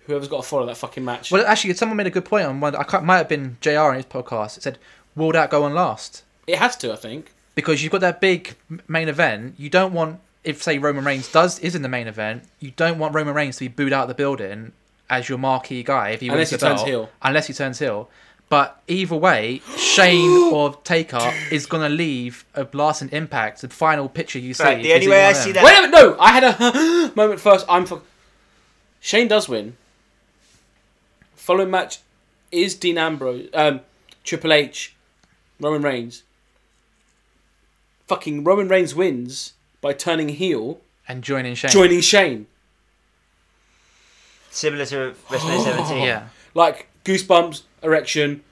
Speaker 1: Whoever's got to follow that fucking match.
Speaker 2: Well, actually, someone made a good point on one. I can't, might have been Jr. in his podcast. It said, "Will that go on last?"
Speaker 1: it has to, I think.
Speaker 2: Because you've got that big m- main event. You don't want, if say Roman Reigns does is in the main event, you don't want Roman Reigns to be booed out of the building as your marquee guy if he
Speaker 1: Unless
Speaker 2: wins
Speaker 1: he
Speaker 2: the
Speaker 1: turns
Speaker 2: belt,
Speaker 1: heel.
Speaker 2: Unless he turns heel. But either way,
Speaker 3: [GASPS]
Speaker 2: Shane or Taker is gonna leave a lasting impact. The final picture you see.
Speaker 3: Right, the
Speaker 2: is
Speaker 3: only
Speaker 2: either one
Speaker 3: way I
Speaker 2: of them.
Speaker 3: see that-
Speaker 1: Wait a minute, no! I had a [GASPS] moment first. I'm fuck. Shane does win. Following match is Dean Ambrose, um, Triple H, Roman Reigns. Fucking Roman Reigns wins by turning heel,
Speaker 2: and joining Shane.
Speaker 1: joining Shane.
Speaker 3: similar to
Speaker 1: [GASPS]
Speaker 3: WrestleMania 17.
Speaker 2: Yeah.
Speaker 1: Like goosebumps, erection.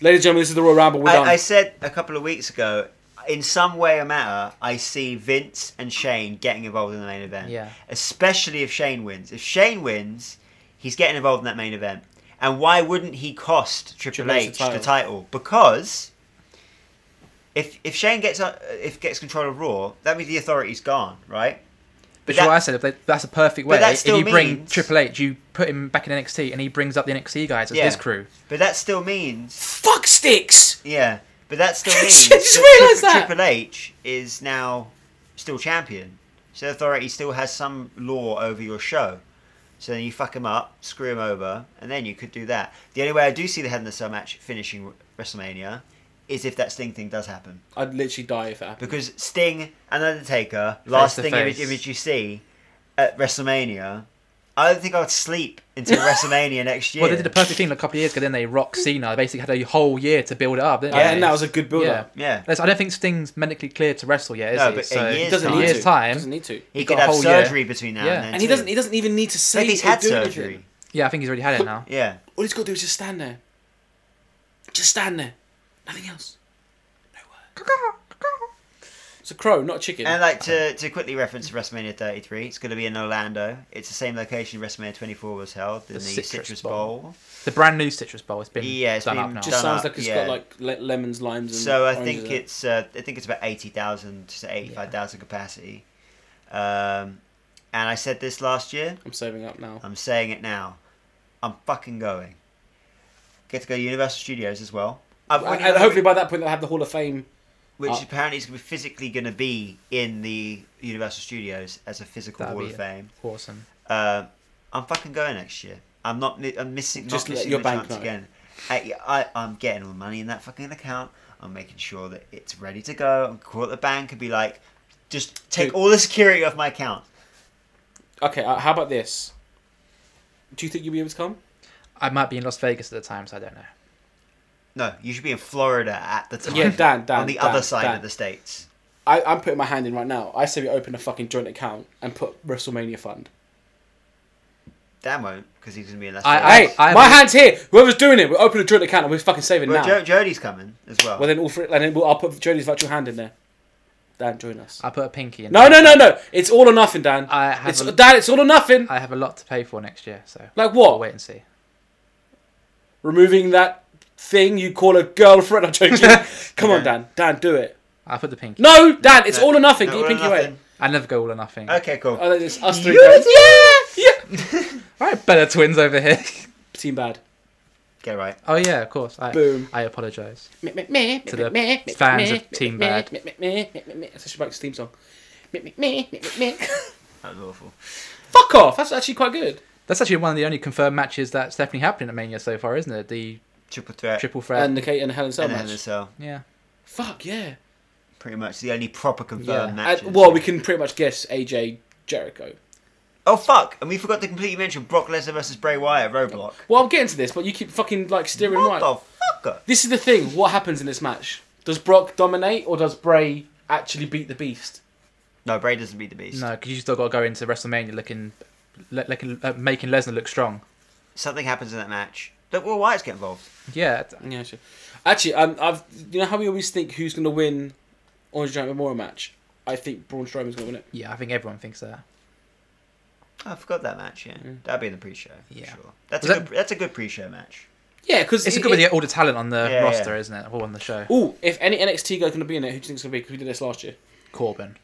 Speaker 1: Ladies and gentlemen, this is the Royal Rumble. We're done.
Speaker 3: I, I said a couple of weeks ago, in some way or matter, I see Vince and Shane getting involved in the main event.
Speaker 2: Yeah.
Speaker 3: Especially if Shane wins. If Shane wins, he's getting involved in that main event. And why wouldn't he cost Triple,
Speaker 1: Triple H
Speaker 3: H,
Speaker 1: the title.
Speaker 3: the title? Because if if Shane gets uh, if gets control of Raw, that means the authority's gone, right?
Speaker 2: But
Speaker 3: that-
Speaker 2: what I said, if they, that's a perfect way.
Speaker 3: that
Speaker 2: If
Speaker 3: still
Speaker 2: you bring
Speaker 3: means-
Speaker 2: Triple H, you put him back in NXT, and he brings up the NXT guys as
Speaker 3: Yeah.
Speaker 2: his crew.
Speaker 3: But that still means
Speaker 1: Fuck sticks.
Speaker 3: yeah. But
Speaker 1: [LAUGHS]
Speaker 3: that still
Speaker 1: I
Speaker 3: means
Speaker 1: just realised that.
Speaker 3: Triple H is now still champion. So the authority still has some law over your show. So then you fuck him up, screw him over, and then you could do that. The only way I do see the Head in the Cell match finishing WrestleMania is if that Sting thing does happen.
Speaker 1: I'd literally die if that happened.
Speaker 3: Because Sting and Undertaker, last
Speaker 2: to
Speaker 3: thing
Speaker 2: face.
Speaker 3: image, image you see at WrestleMania, I don't think I would sleep
Speaker 1: [LAUGHS]
Speaker 3: until WrestleMania next year.
Speaker 2: Well, they did the perfect thing a couple of years ago. Then they rock Cena. They basically had a whole year to build it up. Didn't
Speaker 1: Uh,
Speaker 2: they?
Speaker 1: and that was a good
Speaker 2: yeah.
Speaker 1: build-up.
Speaker 3: yeah.
Speaker 2: That's- I don't think Sting's medically cleared to wrestle yet, is
Speaker 3: No,
Speaker 2: he?
Speaker 3: but a
Speaker 2: so
Speaker 3: year's
Speaker 1: He doesn't
Speaker 2: a
Speaker 3: time.
Speaker 1: need
Speaker 2: year's
Speaker 1: to.
Speaker 2: time.
Speaker 1: Doesn't need to.
Speaker 3: He
Speaker 2: got
Speaker 3: could
Speaker 2: a
Speaker 3: have
Speaker 2: whole year.
Speaker 3: surgery between now
Speaker 2: Yeah.
Speaker 3: and then.
Speaker 1: And he
Speaker 3: too.
Speaker 1: doesn't. He doesn't even need to
Speaker 3: I
Speaker 1: say.
Speaker 3: think he's
Speaker 1: or
Speaker 3: had
Speaker 1: do anything.
Speaker 3: surgery.
Speaker 2: Yeah, I think he's already had
Speaker 1: [LAUGHS]
Speaker 2: it now.
Speaker 3: Yeah.
Speaker 1: All he's got to do is just stand there. Just stand there. Nothing else. It's a crow, not a chicken.
Speaker 3: And like to, to quickly reference WrestleMania 33, it's going to be in Orlando. It's the same location WrestleMania 24 was held in the, Citrus, Bowl.
Speaker 2: The brand new Citrus Bowl. It's been
Speaker 3: Yeah, it's
Speaker 2: done
Speaker 3: been
Speaker 2: up now.
Speaker 1: just
Speaker 3: done
Speaker 1: sounds
Speaker 3: up,
Speaker 1: like it's
Speaker 3: yeah.
Speaker 1: got like le- lemons, limes, and
Speaker 3: So I
Speaker 1: oranges
Speaker 3: think
Speaker 1: in it.
Speaker 3: it's uh, I think it's about 80,000 to 85,000 capacity. Um, and I said this last year.
Speaker 1: I'm saving up now.
Speaker 3: I'm saying it now. I'm fucking going. Get to go to Universal Studios as well. I've
Speaker 1: and
Speaker 3: already-
Speaker 1: and hopefully by that point they'll have the Hall of Fame.
Speaker 3: which
Speaker 1: Uh,
Speaker 3: apparently is going to be physically going to be in the Universal Studios as a physical
Speaker 2: That'd
Speaker 3: Hall
Speaker 2: be
Speaker 3: of
Speaker 2: it.
Speaker 3: Fame.
Speaker 2: Awesome.
Speaker 3: Uh, I'm fucking going next year. I'm not. mi- I'm missing.
Speaker 1: Just
Speaker 3: not
Speaker 1: let
Speaker 3: missing
Speaker 1: your
Speaker 3: the
Speaker 1: bank
Speaker 3: chance
Speaker 1: know.
Speaker 3: again. I, I, I'm getting all the money in that fucking account. I'm making sure that it's ready to go. I'm call the bank and be like, just take
Speaker 1: Dude.
Speaker 3: all the security off my account.
Speaker 1: Okay, uh, how about this? Do you think you'll be able to come?
Speaker 2: I might be in Las Vegas at the time, so I don't know.
Speaker 3: No, you should be in Florida at the time.
Speaker 1: Yeah, Dan, Dan,
Speaker 3: on the
Speaker 1: Dan,
Speaker 3: other side
Speaker 1: Dan.
Speaker 3: of the states.
Speaker 1: I, I'm putting my hand in right now. I say we open a fucking joint account and put WrestleMania Fund.
Speaker 3: Dan won't because he's going to be in Las
Speaker 2: I-
Speaker 1: Hey,
Speaker 3: Vegas.
Speaker 2: I-
Speaker 1: my hand's here. Whoever's doing it, we're opening a joint account and we're fucking saving
Speaker 3: well,
Speaker 1: now.
Speaker 3: Jo- Jody's coming as well.
Speaker 1: Well, then all three, and then we'll, I'll put Jody's virtual hand in there. Dan, join us.
Speaker 2: I put a pinky in.
Speaker 1: No, no, no, no. It's all or nothing, Dan.
Speaker 2: I have
Speaker 1: it's
Speaker 2: a-
Speaker 1: Dan. It's all or nothing.
Speaker 2: I have a lot to pay for next year, so
Speaker 1: like
Speaker 2: we'll
Speaker 1: what?
Speaker 2: wait and see.
Speaker 1: Removing that thing you call a girlfriend. [LAUGHS] I'm joking. Come on,
Speaker 3: Yeah.
Speaker 1: Dan. Dan, do it.
Speaker 2: I put the pinky.
Speaker 1: No, Dan. It's
Speaker 3: No,
Speaker 1: all or nothing. Get
Speaker 3: no,
Speaker 1: your
Speaker 3: all or
Speaker 1: pinky away.
Speaker 3: nothing.
Speaker 2: I never go all or nothing.
Speaker 3: Okay, cool.
Speaker 1: Oh, it's us three. Dan.
Speaker 3: You
Speaker 2: Yeah, yeah. All right, Bella twins over here. [LAUGHS]
Speaker 1: Team bad.
Speaker 3: Get right.
Speaker 2: Oh yeah, of course. I,
Speaker 1: Boom.
Speaker 2: I apologise.
Speaker 1: To the
Speaker 2: fans of Team Bad.
Speaker 1: That's actually Mike's theme song. [LAUGHS] Fuck
Speaker 3: That was awful.
Speaker 1: off. That's actually quite good.
Speaker 2: That's actually one of the only confirmed matches that's definitely happening at Mania so far, isn't it? The
Speaker 3: Triple threat.
Speaker 2: triple threat.
Speaker 1: And the Kate and Helen so
Speaker 3: and then the
Speaker 1: much.
Speaker 3: cell.
Speaker 2: yeah.
Speaker 1: Fuck yeah.
Speaker 3: Pretty much the only proper confirmed
Speaker 2: Yeah.
Speaker 1: Uh,
Speaker 3: matches.
Speaker 1: And- well, we can pretty much guess AJ Jericho.
Speaker 3: Oh fuck! And we forgot to completely mention Brock Lesnar versus Bray Wyatt Roadblock.
Speaker 1: Well, I'm getting to this, but you keep fucking like steering right.
Speaker 3: What the fucker?
Speaker 1: This is the thing. What happens in this match? Does Brock dominate or does Bray actually beat the Beast?
Speaker 3: No, Bray doesn't beat the Beast.
Speaker 2: No, because you still got to go into WrestleMania looking, le- looking uh, making Lesnar look strong.
Speaker 3: Something happens in that match. Look, well, Wyatt's get involved.
Speaker 2: Yeah, t-
Speaker 1: Yeah, sure. Actually, um, I've you know how we always think who's going to win Orange Giant Memorial match. I think Braun Strowman's going to win it.
Speaker 2: yeah. I think everyone thinks that.
Speaker 3: Oh, I forgot that match. Yeah, that'd be in the pre-show. for
Speaker 2: Mm. Yeah.
Speaker 3: sure. That's
Speaker 2: Was
Speaker 3: a
Speaker 2: that-
Speaker 3: good, that's a good pre-show match.
Speaker 1: Yeah, because
Speaker 2: It's a good with the- all the talent on the
Speaker 3: Yeah,
Speaker 2: roster,
Speaker 3: yeah.
Speaker 2: isn't it? All on the show.
Speaker 1: Oh, if any NXT guy's going to be in it, who do you think's going to be? Because we did this last year.
Speaker 2: Corbin.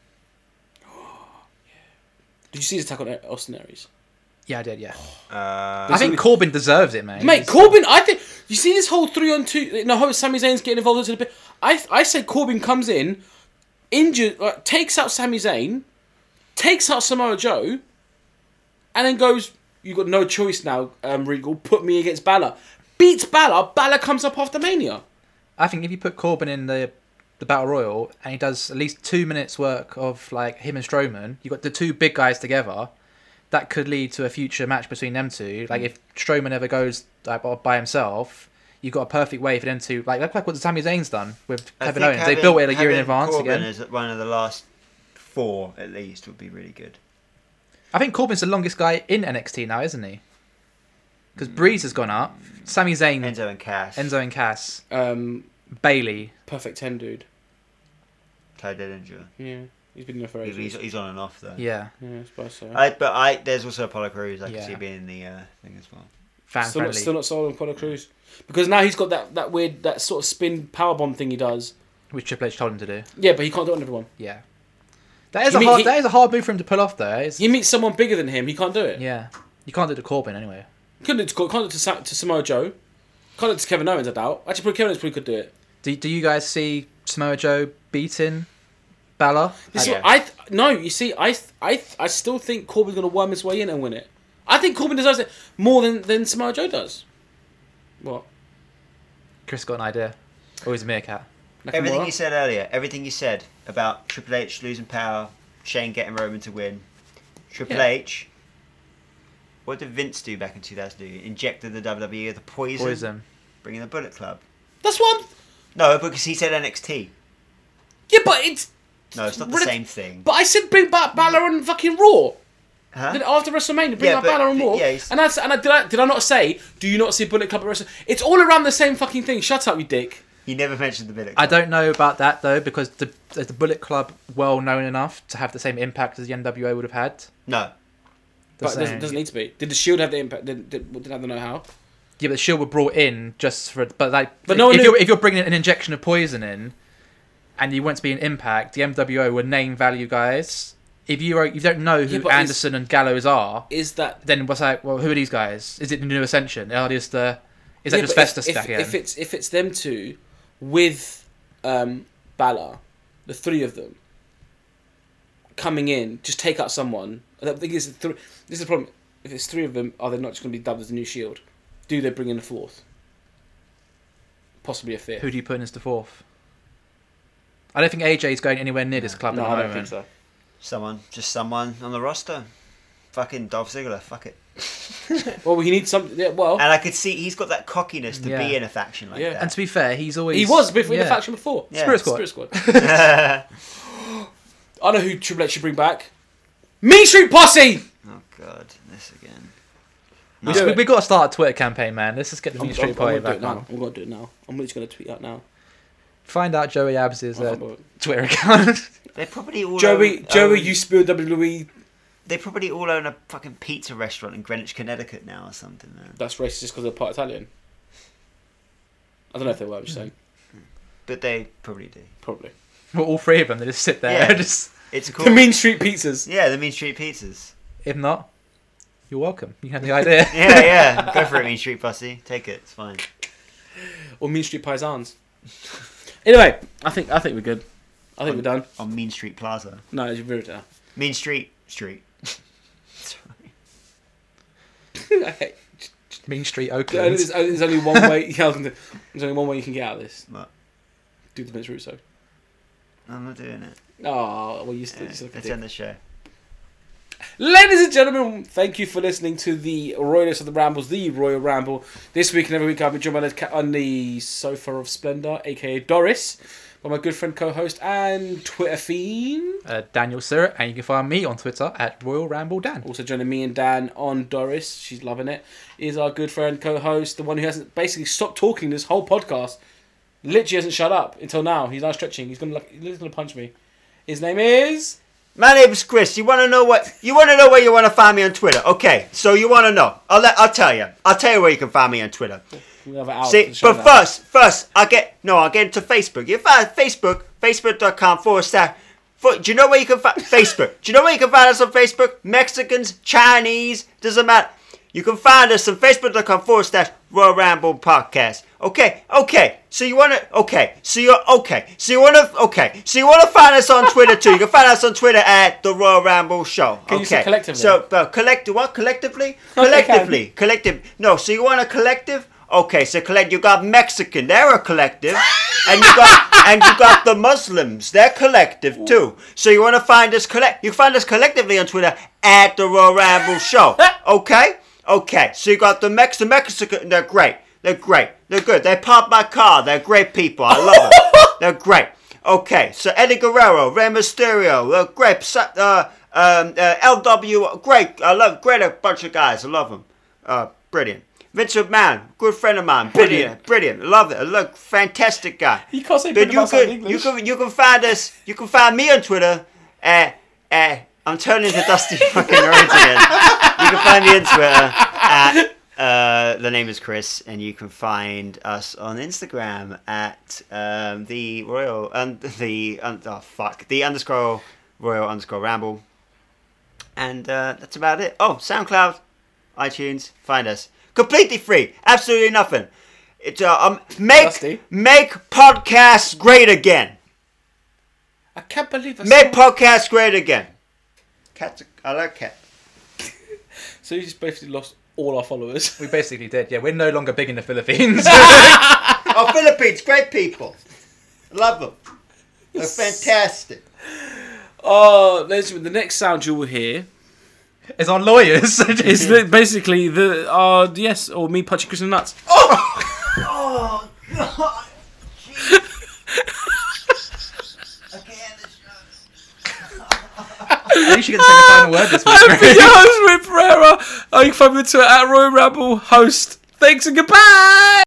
Speaker 1: Did you see his attack on Austin Aries?
Speaker 2: Yeah, I did. Yeah,
Speaker 3: Uh,
Speaker 2: I think Corbin deserves it, mate.
Speaker 1: Mate, Corbin, I think you see this whole three on two. No, how Sami Zayn's getting involved into the bit. I I say Corbin comes in, injured, uh, takes out Sami Zayn, takes out Samoa Joe, and then goes. You got no choice now, um, Regal. Put me against Balor. Beats Balor. Balor comes up after Mania.
Speaker 2: I think if you put Corbin in the the battle royal and he does at least two minutes work of like him and Strowman, you got the two big guys together. That could lead to a future match between them two. Like if Strowman ever goes like, by- by himself, you've got a perfect way for them to like look like what Sami Zayn's done with
Speaker 3: I
Speaker 2: Kevin
Speaker 3: think
Speaker 2: Owens. they built it a year in
Speaker 3: having
Speaker 2: advance
Speaker 3: Corbin
Speaker 2: again.
Speaker 3: As one of the last four, at least, would be really good.
Speaker 2: I think Corbin's the longest guy in NXT now, isn't he? Because Breeze has gone up, Sami Zayn, Mm. Enzo.
Speaker 3: Mm. Enzo and Cass.
Speaker 2: and Cass,
Speaker 1: Um,
Speaker 2: Bailey.
Speaker 1: perfect ten, dude.
Speaker 3: Ty Dillinger.
Speaker 1: Yeah, he's been there for
Speaker 3: He's, he's,
Speaker 1: ages.
Speaker 3: he's on and off though.
Speaker 2: Yeah,
Speaker 1: Yeah, I suppose so.
Speaker 3: I, but I there's also Apollo Crews. I
Speaker 2: Yeah.
Speaker 3: can see being in the uh, thing as well.
Speaker 2: fan
Speaker 1: still not,
Speaker 2: friendly.
Speaker 1: still not sold on Apollo Crews because now he's got that, that weird that sort of spin powerbomb thing he does.
Speaker 2: Which Triple H told him to do.
Speaker 1: Yeah, but he can't do it on everyone.
Speaker 2: Yeah. That is
Speaker 1: You
Speaker 2: a
Speaker 1: mean
Speaker 2: hard
Speaker 1: he-
Speaker 2: that is a hard move for him to pull off though. It's-
Speaker 1: He meets someone bigger than him. He can't do it.
Speaker 2: yeah. You can't do it to Corbin anyway.
Speaker 1: Couldn't do it to, Cor- can't do it to, Sa- to Samoa Joe. Can't do it to Kevin Owens. I doubt. Actually, probably Kevin Owens probably could do it.
Speaker 2: Do, do you guys see Samoa Joe beating Balor?
Speaker 1: This is
Speaker 3: Yeah.
Speaker 1: what I th- no. You see, I th- I th- I still think Corbin's gonna worm his way in and win it. I think Corbin deserves it more than than Samoa Joe does. What?
Speaker 2: Chris got an idea. Always a meerkat.
Speaker 3: Everything
Speaker 1: Nakamura?
Speaker 3: you said earlier, everything you said about Triple H losing power, Shane getting Roman to win, Triple
Speaker 1: Yeah.
Speaker 3: H. What did Vince do back in 2002? Injected the WWE with the poison,
Speaker 2: Poison.
Speaker 3: bringing the Bullet Club.
Speaker 1: That's what. I'm-
Speaker 3: No, because he said NXT.
Speaker 1: yeah, but it's.
Speaker 3: No, it's not the
Speaker 1: Relat-
Speaker 3: same thing.
Speaker 1: But I said bring back Balor and fucking Raw.
Speaker 3: Huh?
Speaker 1: Then after WrestleMania, bring
Speaker 3: Yeah,
Speaker 1: out
Speaker 3: but-
Speaker 1: Balor and Raw.
Speaker 3: yeah, it's-
Speaker 1: and I s- and I did I did I not say? Do you not see Bullet Club at Wrestle? It's all around the same fucking thing. Shut up, you dick.
Speaker 3: He never mentioned the Bullet
Speaker 2: I
Speaker 3: Club.
Speaker 2: don't know about that though, because the is the Bullet Club well known enough to have the same impact as the NWA would have had.
Speaker 3: No.
Speaker 2: The
Speaker 1: but it doesn't,
Speaker 2: same-
Speaker 1: doesn't need to be. Did the Shield have the impact? Did, did, didn't have the know how.
Speaker 2: Yeah, but Shield were brought in just for, but like,
Speaker 1: But
Speaker 2: but
Speaker 1: no
Speaker 2: no
Speaker 1: one
Speaker 2: if,
Speaker 1: knew-
Speaker 2: you're, if you're bringing an injection of poison in, and you want to be an impact, the MWO were name value guys. If you are, you don't know
Speaker 1: Yeah,
Speaker 2: who
Speaker 1: but
Speaker 2: Anderson and Gallows are,
Speaker 1: Is that
Speaker 2: then what's like? Well, who are these guys? Is it the New Ascension? Are these the? Is that
Speaker 1: Yeah,
Speaker 2: just
Speaker 1: but
Speaker 2: Festus
Speaker 1: if,
Speaker 2: back
Speaker 1: if,
Speaker 2: in?
Speaker 1: if it's if it's them two with um, Balor, the three of them coming in, just take out someone. I think is three. This is the problem. If it's three of them, are they not just going to be dubbed as the new Shield? Do they bring in a fourth? Possibly a fifth.
Speaker 2: Who do you put in as the fourth? I don't think AJ is going anywhere near this club
Speaker 1: no,
Speaker 2: at the
Speaker 1: I don't
Speaker 2: moment.
Speaker 1: think so.
Speaker 3: Someone. Just someone on the roster. Fucking Dolph Ziggler. Fuck it.
Speaker 1: Well, he needs something. Yeah, well,
Speaker 3: And I could see he's got that cockiness to
Speaker 2: Yeah.
Speaker 3: be in a faction like
Speaker 1: Oh. Yeah.
Speaker 2: And
Speaker 3: that.
Speaker 2: to be fair, he's always
Speaker 1: he was before in
Speaker 2: yeah.
Speaker 1: the faction before.
Speaker 3: Yeah.
Speaker 2: Spirit Squad.
Speaker 1: Spirit Squad. [GASPS] I know who Triple H should bring back. Mean Street Posse.
Speaker 3: oh god, this again.
Speaker 2: We,
Speaker 1: Do
Speaker 2: we,
Speaker 1: it.
Speaker 2: we got to start a Twitter campaign, man. Let's just get the
Speaker 1: I'm,
Speaker 2: Mean
Speaker 1: I'm, I'm
Speaker 2: Street
Speaker 1: gonna
Speaker 2: Party
Speaker 1: do it
Speaker 2: back
Speaker 1: now.
Speaker 2: on.
Speaker 1: I'm gonna do it now. I'm just gonna tweet out now.
Speaker 2: Find out Joey Abbs's
Speaker 1: I
Speaker 2: uh,
Speaker 1: can't bother.
Speaker 2: Twitter account. [LAUGHS]
Speaker 3: They probably all
Speaker 1: Joey,
Speaker 3: own,
Speaker 1: Joey,
Speaker 3: own-
Speaker 1: you spilled E. WWE.
Speaker 3: They probably all own a fucking pizza restaurant in Greenwich, Connecticut now or something, man.
Speaker 1: That's racist just because they're part Italian. I don't know if they were. I'm just saying,
Speaker 3: But they probably do.
Speaker 1: probably.
Speaker 2: Well, all three of them, they just sit there.
Speaker 3: Yeah.
Speaker 2: [LAUGHS] just
Speaker 3: It's
Speaker 1: The
Speaker 3: cool.
Speaker 1: Mean Street Pizzas.
Speaker 3: yeah, the Mean Street Pizzas.
Speaker 2: if not, you're welcome. You had the idea. [LAUGHS]
Speaker 3: Yeah, yeah. Go for it, Mean Street Pussy. Take it. It's fine.
Speaker 1: or Mean Street Paisans. [LAUGHS] anyway, I think I think we're good. I think we're done.
Speaker 3: On Mean Street Plaza.
Speaker 1: No, you're very done.
Speaker 3: Mean Street Street. Sorry.
Speaker 1: [LAUGHS] Okay.
Speaker 2: mean Street
Speaker 1: there's,
Speaker 2: Oakland.
Speaker 1: there's only one
Speaker 3: [LAUGHS]
Speaker 1: way. Yeah, I was gonna- there's only one way you can get out of this.
Speaker 3: What?
Speaker 1: Do the Vince Russo.
Speaker 3: I'm not doing it.
Speaker 1: Oh, well, you still,
Speaker 3: Yeah,
Speaker 1: you still
Speaker 3: Let's
Speaker 1: can do.
Speaker 3: end the show.
Speaker 1: Ladies and gentlemen, thank you for listening to the Royalist of the Rambles, the Royal Ramble. This week and every week, I've been joined by the ca- on the sofa of splendour, aka Doris, by my good friend, co-host, and Twitter fiend.
Speaker 2: Uh, Daniel Syrup, and you can find me on Twitter at Royal Ramble Dan.
Speaker 1: Also joining me and Dan on Doris, she's loving it. Is our good friend, co-host, the one who hasn't basically stopped talking this whole podcast. Literally hasn't shut up until now. He's now stretching. He's gonna look, he's gonna punch me. His name is.
Speaker 3: My name's Chris. You want to know what? You want to know where you want to find me on Twitter? Okay, so you want to know? I'll let, I'll tell you. I'll tell you where you can find me on Twitter.
Speaker 1: We have an hour
Speaker 3: See,
Speaker 1: to show that.
Speaker 3: but first, first I get no, I'll get into Facebook. You find Facebook, facebook.com forward slash. For, do you know where you can find [LAUGHS] Facebook? Do you know where you can find us on Facebook? Mexicans, Chinese, doesn't matter. You can find us on facebook.com forward slash Royal Ramble Podcast. Okay, okay. So you wanna okay. So you're okay. So you wanna okay. So you wanna find us on Twitter too. You can find us on Twitter at the Royal Ramble Show.
Speaker 1: Can
Speaker 3: okay.
Speaker 1: you say collectively?
Speaker 3: So uh, collect what collectively?
Speaker 1: [LAUGHS] Okay, can.
Speaker 3: Collectively collective. No, so you want a collective? Okay, so collect. You got Mexican, they're a collective, and you got and you got the Muslims, they're collective too. So you want to find us collect? You can find us collectively on Twitter at the Royal Ramble Show. Okay, okay. So you got the Mex, the Mexican, they're great, they're great, they're good. They parked my car, they're great people. I love them. they're great. Okay, so Eddie Guerrero, Rey Mysterio, uh, great, Psy- uh, um, uh, LW, great. I love great a bunch of guys. I love them. Uh, brilliant. Vince McMahon, good friend of mine. Brilliant, brilliant. Love it. Look, fantastic guy.
Speaker 1: You can't say
Speaker 3: But
Speaker 1: brilliant
Speaker 3: you
Speaker 1: outside
Speaker 3: can,
Speaker 1: English.
Speaker 3: you can, you can find us. You can find me on Twitter at at. I'm turning to Dusty fucking Rhodes again. You can find me on Twitter at. Uh, the name is Chris, and you can find us on Instagram at um, the Royal and the un, oh fuck the underscore Royal underscore Ramble, and uh, that's about it. Oh, SoundCloud, iTunes, find us completely free, absolutely nothing. It's uh, um, make
Speaker 1: Dusty.
Speaker 3: make podcasts great again.
Speaker 1: I can't believe I
Speaker 3: Make
Speaker 1: said-
Speaker 3: podcasts great again. Cats, I like cat.
Speaker 1: So you just basically lost all our
Speaker 3: [LAUGHS]
Speaker 1: followers.
Speaker 2: We basically did. Yeah, we're no longer big in the Philippines.
Speaker 3: Oh, Philippines, great people. Love them. They're fantastic.
Speaker 1: Oh, ladies and gentlemen, the next sound you will hear
Speaker 2: [LAUGHS] it's our lawyers. [LAUGHS]
Speaker 1: is the, basically the uh yes or me punching Chris in the [LAUGHS] nuts.
Speaker 3: Oh God.
Speaker 2: At least you can say the final [LAUGHS] word this
Speaker 1: I'm
Speaker 2: week.
Speaker 1: your [LAUGHS] host, Rick Pereira. Oh, you can find me on Twitter at Roy Ramble, host. Thanks and goodbye.